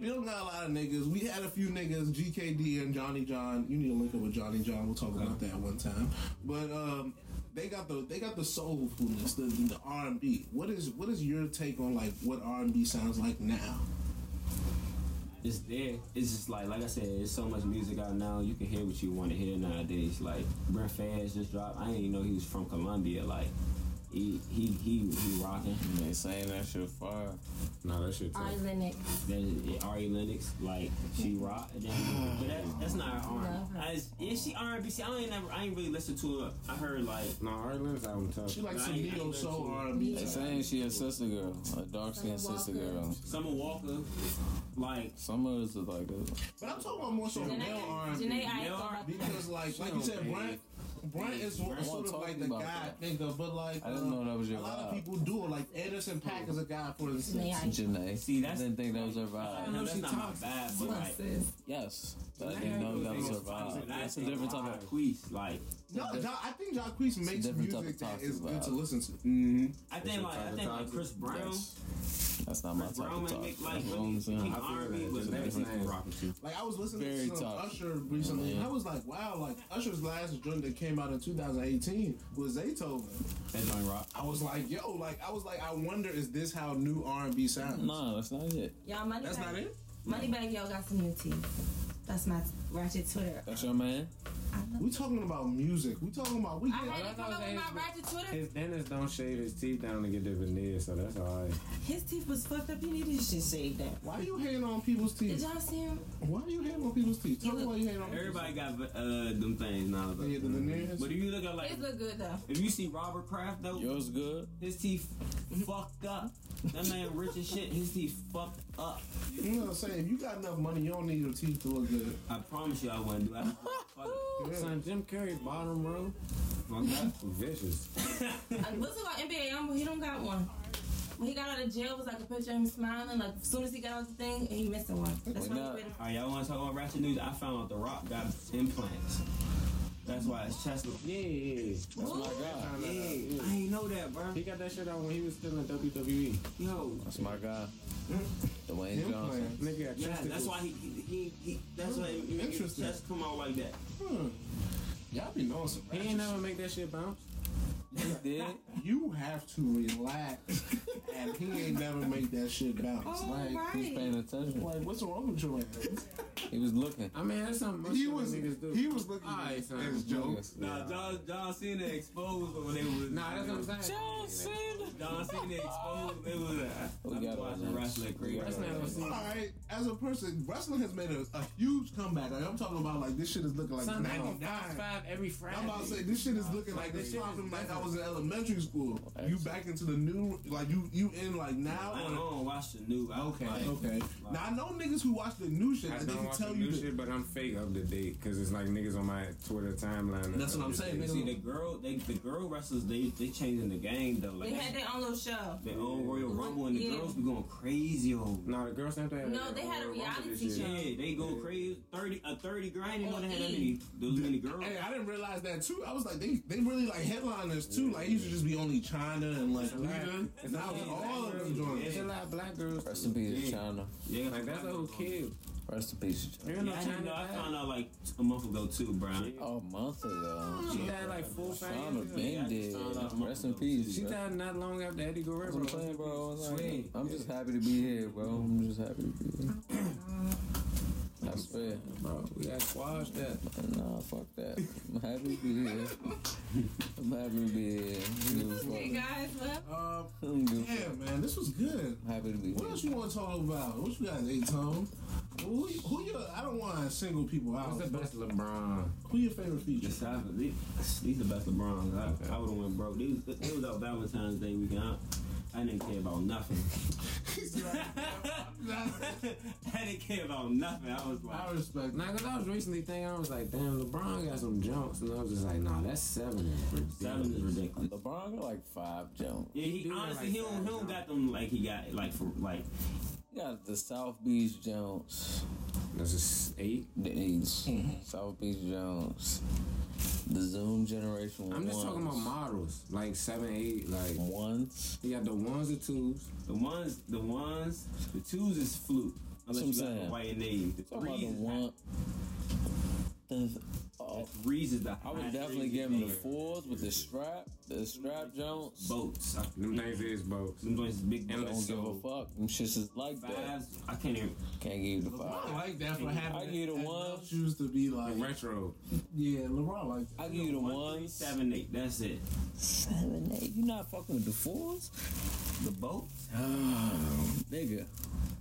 [SPEAKER 2] We don't got a lot of niggas. We had a few niggas, GKD and Johnny John. You need to link up with Johnny John. We'll talk about that one time. But um, they got the they got the soulfulness, the the R and B. What is what is your take on like what R and B sounds like now?
[SPEAKER 1] it's there. It's just like, like I said, it's so much music out now. You can hear what you want to hear nowadays. Like Brent Fayez just dropped. I didn't even know he was from Colombia. Like he he he he rocking.
[SPEAKER 5] They saying that shit fire.
[SPEAKER 3] No, that shit.
[SPEAKER 4] Ari
[SPEAKER 3] tough.
[SPEAKER 4] Lennox.
[SPEAKER 1] There's Ari Lennox, like she
[SPEAKER 5] Mm-hmm.
[SPEAKER 1] rock. And then, but that, that's not her
[SPEAKER 4] Love
[SPEAKER 1] R.
[SPEAKER 4] her.
[SPEAKER 1] I just- Yeah, she R and B. See, I ain't never, I ain't really listened to her. I heard like
[SPEAKER 3] No, Ireland's album tough.
[SPEAKER 2] She like some
[SPEAKER 1] Right.
[SPEAKER 2] neo soul R and B.
[SPEAKER 5] They saying she a sister girl, a dark skinned sister girl.
[SPEAKER 1] Summer Walker, like
[SPEAKER 5] Some of us is like a
[SPEAKER 2] But I'm talking about more so male R and B.
[SPEAKER 4] Janae Aiko.
[SPEAKER 1] Male
[SPEAKER 4] about
[SPEAKER 1] R&B.
[SPEAKER 4] that.
[SPEAKER 2] Because like like you said, Brent Brent is
[SPEAKER 5] Brent
[SPEAKER 2] sort
[SPEAKER 5] won't
[SPEAKER 2] of
[SPEAKER 5] talk
[SPEAKER 2] like
[SPEAKER 5] to
[SPEAKER 2] the
[SPEAKER 5] me about
[SPEAKER 2] guy
[SPEAKER 5] that.
[SPEAKER 2] nigga, but like
[SPEAKER 5] I didn't
[SPEAKER 2] uh,
[SPEAKER 5] know that was
[SPEAKER 2] a
[SPEAKER 5] your
[SPEAKER 2] lot of
[SPEAKER 5] vibe.
[SPEAKER 2] people do it. Like Anderson Paak is a guy for instance.
[SPEAKER 4] May I?
[SPEAKER 5] Janae.
[SPEAKER 1] See, that's- uh,
[SPEAKER 5] I didn't think that was her
[SPEAKER 1] I
[SPEAKER 5] vibe.
[SPEAKER 1] know
[SPEAKER 2] know
[SPEAKER 1] that's
[SPEAKER 2] she
[SPEAKER 1] not my
[SPEAKER 2] toxic.
[SPEAKER 1] bad, but like,
[SPEAKER 5] Yes, but I
[SPEAKER 2] Janae
[SPEAKER 5] didn't know that was her
[SPEAKER 2] was
[SPEAKER 5] vibe.
[SPEAKER 2] toxic.
[SPEAKER 5] That's a different type of.
[SPEAKER 1] Queef. Like,
[SPEAKER 2] No,
[SPEAKER 5] diff-
[SPEAKER 2] Ja- I think Jacques Priest makes
[SPEAKER 5] different type
[SPEAKER 2] music
[SPEAKER 5] of
[SPEAKER 2] that
[SPEAKER 5] toxic
[SPEAKER 2] is good
[SPEAKER 5] vibe. Mm-hmm.
[SPEAKER 2] to listen to.
[SPEAKER 1] I think like I think like Chris Brown,
[SPEAKER 5] That's not my
[SPEAKER 1] Chris
[SPEAKER 5] type
[SPEAKER 1] Brown
[SPEAKER 5] of
[SPEAKER 1] might
[SPEAKER 5] talk.
[SPEAKER 1] make, like,
[SPEAKER 5] You know what I'm
[SPEAKER 1] really-
[SPEAKER 5] saying?
[SPEAKER 1] he- R&B was
[SPEAKER 2] Like I was listening
[SPEAKER 5] Very
[SPEAKER 2] to some
[SPEAKER 5] tough.
[SPEAKER 2] Usher recently,
[SPEAKER 5] Yeah,
[SPEAKER 2] and
[SPEAKER 5] man.
[SPEAKER 2] I was like, wow, like Usher's last joint that came out in 2018 was Beethoven.
[SPEAKER 1] that joint rock.
[SPEAKER 2] I was like, yo, like I was like, I wonder is this how new R&B sounds?
[SPEAKER 5] No, that's not it.
[SPEAKER 4] Y'all, money
[SPEAKER 2] That's
[SPEAKER 4] bag,
[SPEAKER 2] not it.
[SPEAKER 4] Money bag, y'all got some new tea. That's my ratchet Twitter.
[SPEAKER 5] That's your man.
[SPEAKER 4] I love
[SPEAKER 2] We talking about music. We talking about we.
[SPEAKER 4] I
[SPEAKER 2] get-
[SPEAKER 4] had to come up with my ratchet Twitter.
[SPEAKER 3] His dentist don't shave his teeth down to get the veneer, so that's all right.
[SPEAKER 4] His teeth was fucked up. He needed his shit shaved down.
[SPEAKER 2] Why you hating on people's
[SPEAKER 4] Did
[SPEAKER 2] teeth?
[SPEAKER 4] y'all see him?
[SPEAKER 2] Why you hating on people's teeth? Tell me why you hating on people's
[SPEAKER 1] Everybody got uh them things now.
[SPEAKER 2] teeth. Yeah, the veneers.
[SPEAKER 1] But if you look at like
[SPEAKER 4] His look good though.
[SPEAKER 1] if you see Robert Kraft though,
[SPEAKER 5] Yours good.
[SPEAKER 1] his teeth fucked up. That man rich as shit. His teeth fucked up.
[SPEAKER 2] You know what I'm saying? If you got enough money, you don't need your teeth to look good.
[SPEAKER 1] I promise you, I wouldn't do that. Fuck it.
[SPEAKER 2] Yeah.
[SPEAKER 3] Son, Jim Carrey bottom row,
[SPEAKER 1] Fuck that.
[SPEAKER 3] vicious.
[SPEAKER 4] Uh, What's it called? NBA Youngboy. He don't got one. When he got out of jail, it was like a picture of him smiling. Like as soon as he got out the thing, he missing one. That's
[SPEAKER 5] Why
[SPEAKER 4] why he
[SPEAKER 5] not?
[SPEAKER 4] waited.
[SPEAKER 1] All right, y'all want to talk about ratchet news? I found out The Rock got implants. That's why his chest look.
[SPEAKER 3] Yeah, yeah, yeah.
[SPEAKER 5] That's my
[SPEAKER 4] Ooh.
[SPEAKER 5] guy.
[SPEAKER 1] Yeah, I ain't know that, bro.
[SPEAKER 3] He got that shit out when he was still in E. WWE.
[SPEAKER 1] Yo,
[SPEAKER 5] That's my guy. Dwayne
[SPEAKER 2] Him
[SPEAKER 5] Johnson.
[SPEAKER 2] playing.
[SPEAKER 3] Nigga got
[SPEAKER 1] yeah,
[SPEAKER 3] chesticles.
[SPEAKER 1] that's why he he, he that's why it make his
[SPEAKER 2] Interesting.
[SPEAKER 1] chest come out like that.
[SPEAKER 2] Hmm. Y'all be knowing some.
[SPEAKER 3] He
[SPEAKER 2] ratchet
[SPEAKER 3] ain't never make that shit bounce.
[SPEAKER 5] He did.
[SPEAKER 2] You have to relax, and he ain't never make that shit bounce.
[SPEAKER 4] Oh,
[SPEAKER 2] like,
[SPEAKER 5] He was
[SPEAKER 4] right.
[SPEAKER 5] paying attention.
[SPEAKER 2] like, what's wrong with your ass?
[SPEAKER 5] He was looking.
[SPEAKER 3] I mean, that's something most
[SPEAKER 2] He
[SPEAKER 3] other
[SPEAKER 2] was,
[SPEAKER 3] niggas do.
[SPEAKER 2] he was looking
[SPEAKER 3] All right,
[SPEAKER 2] at
[SPEAKER 3] son.
[SPEAKER 2] his jokes.
[SPEAKER 1] Nah, John John Cena exposed when they was.
[SPEAKER 3] Nah, that's what I'm saying.
[SPEAKER 1] John Cena exposed. It was.
[SPEAKER 5] We
[SPEAKER 1] I've
[SPEAKER 5] got
[SPEAKER 1] been
[SPEAKER 5] it,
[SPEAKER 1] watching
[SPEAKER 5] man.
[SPEAKER 1] wrestling crazy.
[SPEAKER 3] That's not what I'm
[SPEAKER 2] All
[SPEAKER 3] saying.
[SPEAKER 2] right, as a person, wrestling has made a, a huge comeback. Like, I'm talking about like this shit is looking like
[SPEAKER 3] Son, that was
[SPEAKER 2] 99.
[SPEAKER 3] five every Friday.
[SPEAKER 2] I'm about to say this shit is looking
[SPEAKER 3] Like,
[SPEAKER 2] like
[SPEAKER 3] this
[SPEAKER 2] this
[SPEAKER 3] shit is
[SPEAKER 2] popping like I
[SPEAKER 3] different.
[SPEAKER 2] was in elementary school. You back into the new like you you in like now.
[SPEAKER 1] I
[SPEAKER 2] on-
[SPEAKER 1] don't watch the new. I
[SPEAKER 2] Okay,
[SPEAKER 1] Like,
[SPEAKER 2] okay. Now I know niggas who watch the new shit.
[SPEAKER 3] I
[SPEAKER 2] and they
[SPEAKER 3] don't
[SPEAKER 2] can
[SPEAKER 3] watch
[SPEAKER 2] tell
[SPEAKER 3] the
[SPEAKER 2] you
[SPEAKER 3] new
[SPEAKER 2] that-
[SPEAKER 3] shit, but I'm fake up to date because it's like niggas on my Twitter timeline.
[SPEAKER 2] That's what I'm saying,
[SPEAKER 1] You see the girl, they the girl wrestlers, they they changing the game though.
[SPEAKER 4] They
[SPEAKER 1] Like
[SPEAKER 4] had their own little show.
[SPEAKER 1] the old Royal Rumble and the
[SPEAKER 4] Yeah.
[SPEAKER 1] girls be going crazy over.
[SPEAKER 3] No, the girls have to have
[SPEAKER 4] No,
[SPEAKER 3] their
[SPEAKER 4] they
[SPEAKER 3] own
[SPEAKER 4] had a
[SPEAKER 3] little rumble this
[SPEAKER 4] reality
[SPEAKER 3] year.
[SPEAKER 4] show.
[SPEAKER 1] Yeah, they go crazy. Thirty a thirty grand. You know
[SPEAKER 4] On
[SPEAKER 1] they had that
[SPEAKER 4] E!
[SPEAKER 1] many those many girls.
[SPEAKER 2] Hey, I didn't realize that too. I was like, they they really like headliners too. Like, it used to just be only China and like Rita. And now it's all of them joints.
[SPEAKER 3] It's a lot of black girls.
[SPEAKER 5] Rest in
[SPEAKER 1] Yeah.
[SPEAKER 5] peace, China.
[SPEAKER 1] Yeah,
[SPEAKER 3] Like that's
[SPEAKER 1] I-
[SPEAKER 3] a whole kid.
[SPEAKER 5] Rest in peace, China.
[SPEAKER 3] There ain't
[SPEAKER 1] Yeah,
[SPEAKER 3] no
[SPEAKER 1] I didn't know. I
[SPEAKER 3] China.
[SPEAKER 1] found out like a month ago too, Brian.
[SPEAKER 5] Oh, a month ago.
[SPEAKER 3] She died like four
[SPEAKER 5] China
[SPEAKER 3] times.
[SPEAKER 5] been dead. Rest in peace.
[SPEAKER 3] She
[SPEAKER 5] bro.
[SPEAKER 3] died not long after Eddie Guerrero.
[SPEAKER 5] That's what I'm saying, bro. It's like,
[SPEAKER 1] Sweet.
[SPEAKER 5] I'm just happy to be here, bro. I'm just happy to be here. I swear.
[SPEAKER 3] Bro, we got squashed that.
[SPEAKER 5] Nah, fuck that. I'm happy to be here. I'm happy to be here. I don't give a fuck.
[SPEAKER 4] Hey guys, well,
[SPEAKER 2] Uh,
[SPEAKER 5] I don't give a fuck.
[SPEAKER 2] damn, man, this was good.
[SPEAKER 5] I'm happy to be
[SPEAKER 2] What
[SPEAKER 5] here.
[SPEAKER 2] else you want to talk about? What you got, Aton? Who, who your? I don't want to single people out.
[SPEAKER 3] What's the best LeBron?
[SPEAKER 2] Who your favorite feature?
[SPEAKER 1] Just having- These these the best LeBrons. I, I would have went broke. They was, they was out Valentine's Day weekend. I, I didn't care about nothing. I didn't care about nothing. I was
[SPEAKER 2] I
[SPEAKER 1] like,
[SPEAKER 2] respect.
[SPEAKER 3] Nah, cause I was recently thinking, I was like, damn, LeBron got some jumps, and I was just like, nah, that's seven is ridiculous.
[SPEAKER 1] seven is ridiculous.
[SPEAKER 5] LeBron got like five jumps.
[SPEAKER 1] Yeah, he
[SPEAKER 3] do that
[SPEAKER 1] honestly
[SPEAKER 3] like
[SPEAKER 1] he don't, he
[SPEAKER 3] that,
[SPEAKER 1] don't
[SPEAKER 3] though.
[SPEAKER 1] got them like he got like for like
[SPEAKER 5] He got the South Beach Jones.
[SPEAKER 3] That's just eight.
[SPEAKER 5] The East.
[SPEAKER 3] Mm-hmm.
[SPEAKER 5] South Beach Jones. The Zoom Generation
[SPEAKER 3] I'm just
[SPEAKER 5] ones.
[SPEAKER 3] talking about models, like seven, eight, like
[SPEAKER 5] Ones.
[SPEAKER 3] you got the ones and twos.
[SPEAKER 1] the ones the ones the twos is fluke. Unless
[SPEAKER 5] That's
[SPEAKER 1] you
[SPEAKER 5] what I'm
[SPEAKER 1] got
[SPEAKER 5] saying.
[SPEAKER 1] the white and navy. The
[SPEAKER 5] Talking about
[SPEAKER 1] threes
[SPEAKER 5] the
[SPEAKER 1] is
[SPEAKER 5] one. The,
[SPEAKER 1] the
[SPEAKER 5] oh,
[SPEAKER 1] threes is the
[SPEAKER 5] I
[SPEAKER 1] high
[SPEAKER 5] would definitely
[SPEAKER 1] threes
[SPEAKER 5] give him the
[SPEAKER 1] there.
[SPEAKER 5] fours with the strap, the strap Jones.
[SPEAKER 1] boats. I,
[SPEAKER 3] Them things is both.
[SPEAKER 1] them joints is big
[SPEAKER 3] And
[SPEAKER 1] boats.
[SPEAKER 5] Don't give a
[SPEAKER 3] So-
[SPEAKER 5] fuck. Them shits is like that.
[SPEAKER 1] Fives, I can't even
[SPEAKER 5] Can't give you the
[SPEAKER 2] LeBron
[SPEAKER 5] five.
[SPEAKER 2] like that for having.
[SPEAKER 5] I give you the
[SPEAKER 2] enough
[SPEAKER 5] one.
[SPEAKER 2] Shoes to be like.
[SPEAKER 3] Retro.
[SPEAKER 2] Yeah, LeBron like.
[SPEAKER 5] I give you the
[SPEAKER 1] one, three,
[SPEAKER 5] ones.
[SPEAKER 1] seven, eight. That's it.
[SPEAKER 5] Seven, eight. You not fucking with the fours?
[SPEAKER 1] The boat.
[SPEAKER 5] Nigga.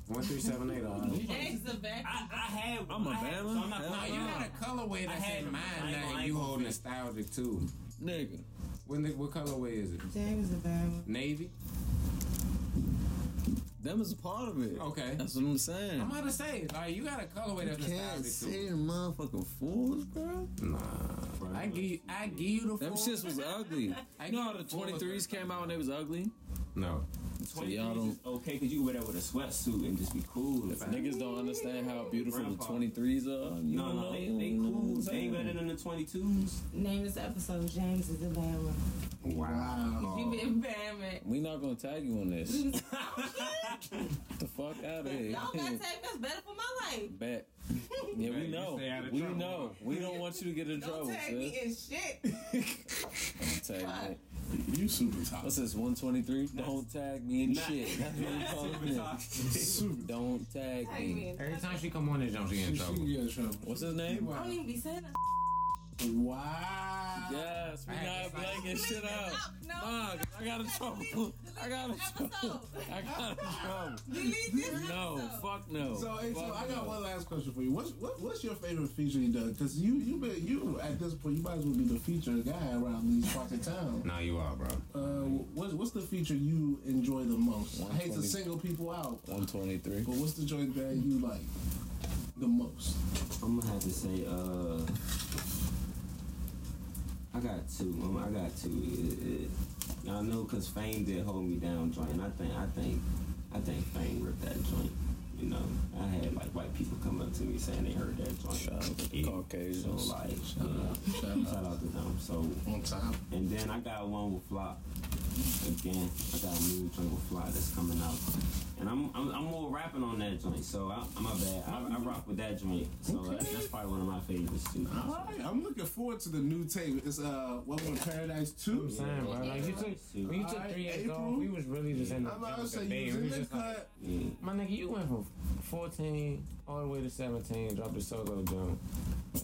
[SPEAKER 3] One, three, seven, eight. All right.
[SPEAKER 4] eggs are back.
[SPEAKER 1] I, I had.
[SPEAKER 5] I'm a
[SPEAKER 1] I had-
[SPEAKER 5] baller.
[SPEAKER 1] So I'm not gonna
[SPEAKER 5] Hell no,
[SPEAKER 1] lie.
[SPEAKER 5] you
[SPEAKER 3] got a colorway
[SPEAKER 1] I had them. I ain't gonna- I ain't gonna fit.
[SPEAKER 3] nostalgic too.
[SPEAKER 5] Nigga.
[SPEAKER 3] When the, what colorway is it?
[SPEAKER 4] James is back.
[SPEAKER 3] Navy.
[SPEAKER 5] Them is a part of it.
[SPEAKER 3] Okay.
[SPEAKER 5] That's what I'm saying.
[SPEAKER 3] I'm about to say, like, you got a colorway that's
[SPEAKER 5] can't
[SPEAKER 3] nostalgic
[SPEAKER 5] see
[SPEAKER 3] too.
[SPEAKER 5] the motherfucking fools, bro.
[SPEAKER 3] Nah, bro. I give, you, I give you the.
[SPEAKER 5] Them
[SPEAKER 3] full-
[SPEAKER 5] shits was ugly.
[SPEAKER 3] I
[SPEAKER 5] You know how the
[SPEAKER 3] give you full-
[SPEAKER 5] 23s came out and they was ugly?
[SPEAKER 3] No,
[SPEAKER 5] So y'all
[SPEAKER 1] is
[SPEAKER 5] don't,
[SPEAKER 1] okay because you can wear that with a sweatsuit and just be cool. If I-
[SPEAKER 5] niggas don't understand how beautiful the
[SPEAKER 1] Grandpa.
[SPEAKER 5] 23s are. You
[SPEAKER 1] no,
[SPEAKER 5] don't
[SPEAKER 1] no,
[SPEAKER 5] know,
[SPEAKER 1] they,
[SPEAKER 5] you
[SPEAKER 1] they
[SPEAKER 5] don't know
[SPEAKER 1] cool.
[SPEAKER 5] what I'm
[SPEAKER 1] They
[SPEAKER 5] saying.
[SPEAKER 1] better than the 22s.
[SPEAKER 4] Name this episode James is a bad one. You been bad man.
[SPEAKER 5] We not gonna tag you on this. the fuck out of here.
[SPEAKER 4] Y'all gotta take that's better for my life.
[SPEAKER 5] Bet. Yeah,
[SPEAKER 8] Bet
[SPEAKER 5] we
[SPEAKER 8] you
[SPEAKER 5] know.
[SPEAKER 8] stay out of
[SPEAKER 5] We
[SPEAKER 8] trouble.
[SPEAKER 5] know. We don't want you to get in
[SPEAKER 4] Don't
[SPEAKER 5] trouble,
[SPEAKER 4] tag me
[SPEAKER 5] sis.
[SPEAKER 4] in shit.
[SPEAKER 5] Don't tag me.
[SPEAKER 9] You super toxic.
[SPEAKER 5] What's this, 123? Don't tag me in
[SPEAKER 1] Not-
[SPEAKER 5] shit. That's what we call it. now.
[SPEAKER 9] Super toxic.
[SPEAKER 5] Don't tag
[SPEAKER 4] Tag me
[SPEAKER 5] me.
[SPEAKER 4] in
[SPEAKER 3] every time she come on this jump, she get in
[SPEAKER 9] She-
[SPEAKER 3] trouble.
[SPEAKER 9] she get in trouble.
[SPEAKER 5] What's his name?
[SPEAKER 4] I don't even be saying that.
[SPEAKER 9] Wow.
[SPEAKER 5] Yes, we
[SPEAKER 3] I
[SPEAKER 5] not
[SPEAKER 3] had to
[SPEAKER 5] blanking
[SPEAKER 4] Leave
[SPEAKER 5] shit
[SPEAKER 4] this
[SPEAKER 5] out. Nah, I got in
[SPEAKER 4] Delete-
[SPEAKER 5] trouble.
[SPEAKER 4] delete
[SPEAKER 5] I got in
[SPEAKER 4] this
[SPEAKER 5] trouble.
[SPEAKER 4] episode.
[SPEAKER 5] I got in trouble.
[SPEAKER 4] Delete this
[SPEAKER 5] No,
[SPEAKER 4] episode.
[SPEAKER 5] fuck no.
[SPEAKER 2] So, hey, so
[SPEAKER 5] Fuck
[SPEAKER 2] I
[SPEAKER 5] no.
[SPEAKER 2] got one last question for you. What's what, what's your favorite feature you done? Because you you been you at this point you might as well be the feature guy around these parts of town.
[SPEAKER 3] Nah, you are, bro.
[SPEAKER 2] Uh, what's what's the feature you enjoy the most? I hate to
[SPEAKER 5] 120.
[SPEAKER 2] single people out,
[SPEAKER 5] 123.
[SPEAKER 2] but what's the joint that you like the most?
[SPEAKER 1] I'm gonna have to say, uh, I got two. Um, I got two. It, it, y'all know, cause Fame did hold me down joint. And I think, I think, I think Fame ripped that joint. You know, I had like white people come up to me saying they heard that joint. uh,
[SPEAKER 5] Shout out to
[SPEAKER 1] Yeah. So
[SPEAKER 5] Caucasians.
[SPEAKER 1] like, yeah, shout, out. to them. So
[SPEAKER 2] On top.
[SPEAKER 1] and then I got one with Flop. Again, I got a new joint with Flop that's coming out. And I'm, I'm, I'm more rapping on that joint, so I, I'm my bad. I, I rock with that joint, so uh, that's probably one of my favorites too.
[SPEAKER 2] All right, I'm looking forward to the new tape. It's uh, Welcome to Paradise Two.
[SPEAKER 3] I'm saying, bro. Like you took, when you took
[SPEAKER 2] Alright,
[SPEAKER 3] three years
[SPEAKER 2] April.
[SPEAKER 3] off, we was really just in the
[SPEAKER 2] I'm about to
[SPEAKER 3] junk
[SPEAKER 2] say you
[SPEAKER 3] debate.
[SPEAKER 2] was
[SPEAKER 3] We
[SPEAKER 2] in
[SPEAKER 3] was
[SPEAKER 2] the
[SPEAKER 3] just like,
[SPEAKER 2] cut.
[SPEAKER 1] Yeah.
[SPEAKER 3] My nigga, you went from 14 all the way to 17, dropped the solo jump,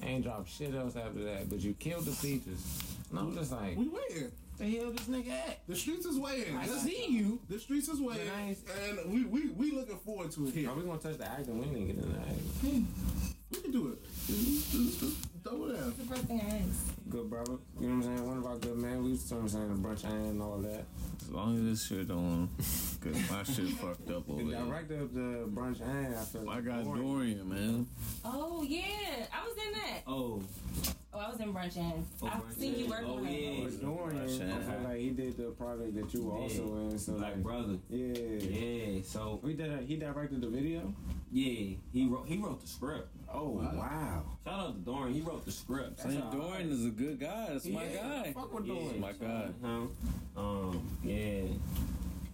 [SPEAKER 3] ain't dropped shit else after that, but you killed the features. And I'm just like,
[SPEAKER 2] We waiting.
[SPEAKER 3] the hell this nigga at?
[SPEAKER 2] The streets is waiting.
[SPEAKER 3] I
[SPEAKER 2] This-
[SPEAKER 3] see you.
[SPEAKER 2] The streets is waiting,
[SPEAKER 3] Nice.
[SPEAKER 2] and we, we we looking forward to it here.
[SPEAKER 3] Are we gonna touch the acting? We didn't get in the acting.
[SPEAKER 2] We can do it. Just- just- just Double down.
[SPEAKER 4] The first thing I asked.
[SPEAKER 3] Good brother. You know what I'm saying? One of our good man. We was talking saying the brunch and all that.
[SPEAKER 5] As long as this shit don't get my shit fucked up over
[SPEAKER 3] The
[SPEAKER 5] here.
[SPEAKER 3] director of the brunch and I feel
[SPEAKER 5] I got
[SPEAKER 3] Boring.
[SPEAKER 5] Dorian, man.
[SPEAKER 4] Oh yeah, I was in that.
[SPEAKER 1] Oh,
[SPEAKER 4] Oh, I was in brunch and
[SPEAKER 1] Oh,
[SPEAKER 4] I've
[SPEAKER 1] Brunch
[SPEAKER 4] seen you
[SPEAKER 1] Ends.
[SPEAKER 4] working
[SPEAKER 1] Oh,
[SPEAKER 4] on it.
[SPEAKER 1] yeah.
[SPEAKER 3] But Dorian, I feel like he did the project that you were also in. So
[SPEAKER 1] like
[SPEAKER 3] like,
[SPEAKER 1] brother.
[SPEAKER 3] yeah.
[SPEAKER 1] Yeah. So
[SPEAKER 3] We did. He directed the video.
[SPEAKER 1] yeah, he wrote he wrote the script.
[SPEAKER 3] Oh wow!
[SPEAKER 1] Shout out to Dorian. He wrote the script.
[SPEAKER 5] Saint
[SPEAKER 1] Shout out.
[SPEAKER 5] Dorian is a good guy. That's my
[SPEAKER 3] Yeah,
[SPEAKER 5] guy.
[SPEAKER 3] Fuck with
[SPEAKER 1] Yeah,
[SPEAKER 3] Dorian.
[SPEAKER 5] My guy.
[SPEAKER 1] Huh? Um. Yeah.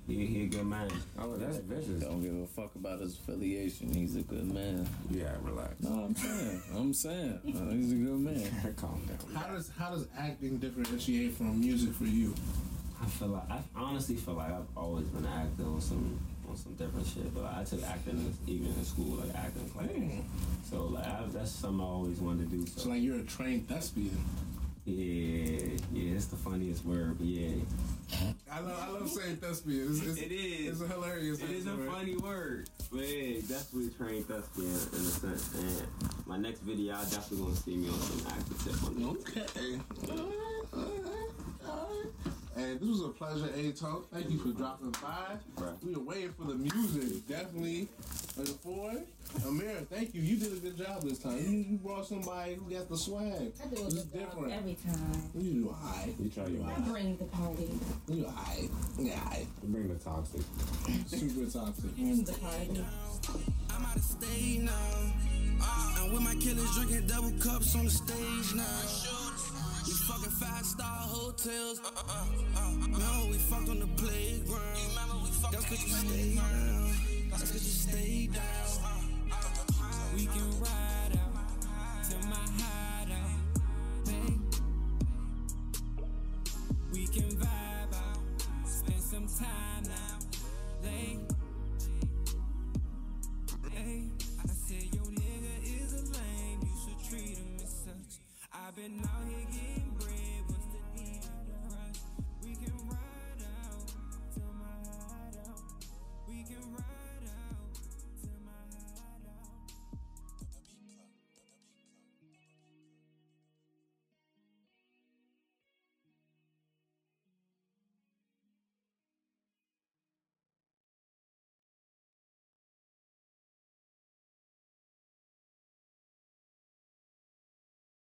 [SPEAKER 1] He, he a good man.
[SPEAKER 3] Oh, that's vicious.
[SPEAKER 5] Don't give a fuck about his affiliation. He's a good man.
[SPEAKER 3] Yeah, relax.
[SPEAKER 5] No, I'm saying. I'm saying. Uh, he's a good man.
[SPEAKER 3] Calm down.
[SPEAKER 2] How does how does acting differentiate from music for you?
[SPEAKER 1] I feel like I honestly feel like I've always been an actor on some on some different shit, but I took acting even in school, like acting class. So like I, that's something I always wanted to do. So,
[SPEAKER 2] So like you're a trained thespian.
[SPEAKER 1] yeah, yeah, it's the funniest word, but yeah,
[SPEAKER 2] I love I love saying thespian. It's, it's,
[SPEAKER 1] It is.
[SPEAKER 2] It's a hilarious.
[SPEAKER 1] it is a
[SPEAKER 2] word.
[SPEAKER 1] funny word. But yeah, definitely trained thespian in a sense. And my next video, I definitely gonna see me on some actor tip on this.
[SPEAKER 2] Okay. Alright, alright, alright. Hey, this was a pleasure, A Talk. Thank you for dropping by.
[SPEAKER 1] Right.
[SPEAKER 2] We were waiting for the music. Definitely looking forward. Amir, thank you. You did a good job this time. You, you brought somebody who got the swag.
[SPEAKER 4] I do a
[SPEAKER 2] It's
[SPEAKER 4] good job
[SPEAKER 2] different.
[SPEAKER 4] every time.
[SPEAKER 2] You do high.
[SPEAKER 3] You try your
[SPEAKER 4] I
[SPEAKER 3] best.
[SPEAKER 4] bring the party.
[SPEAKER 2] You high. Yeah, high.
[SPEAKER 3] Bring the toxic.
[SPEAKER 2] Super toxic.
[SPEAKER 4] Bring the party.
[SPEAKER 10] I'm out of state now. I'm with my killers drinking double cups on the stage now. We fucking five star hotels. No, we fucked on the playground. That's cause you stayed down. That's cause you stayed down. We can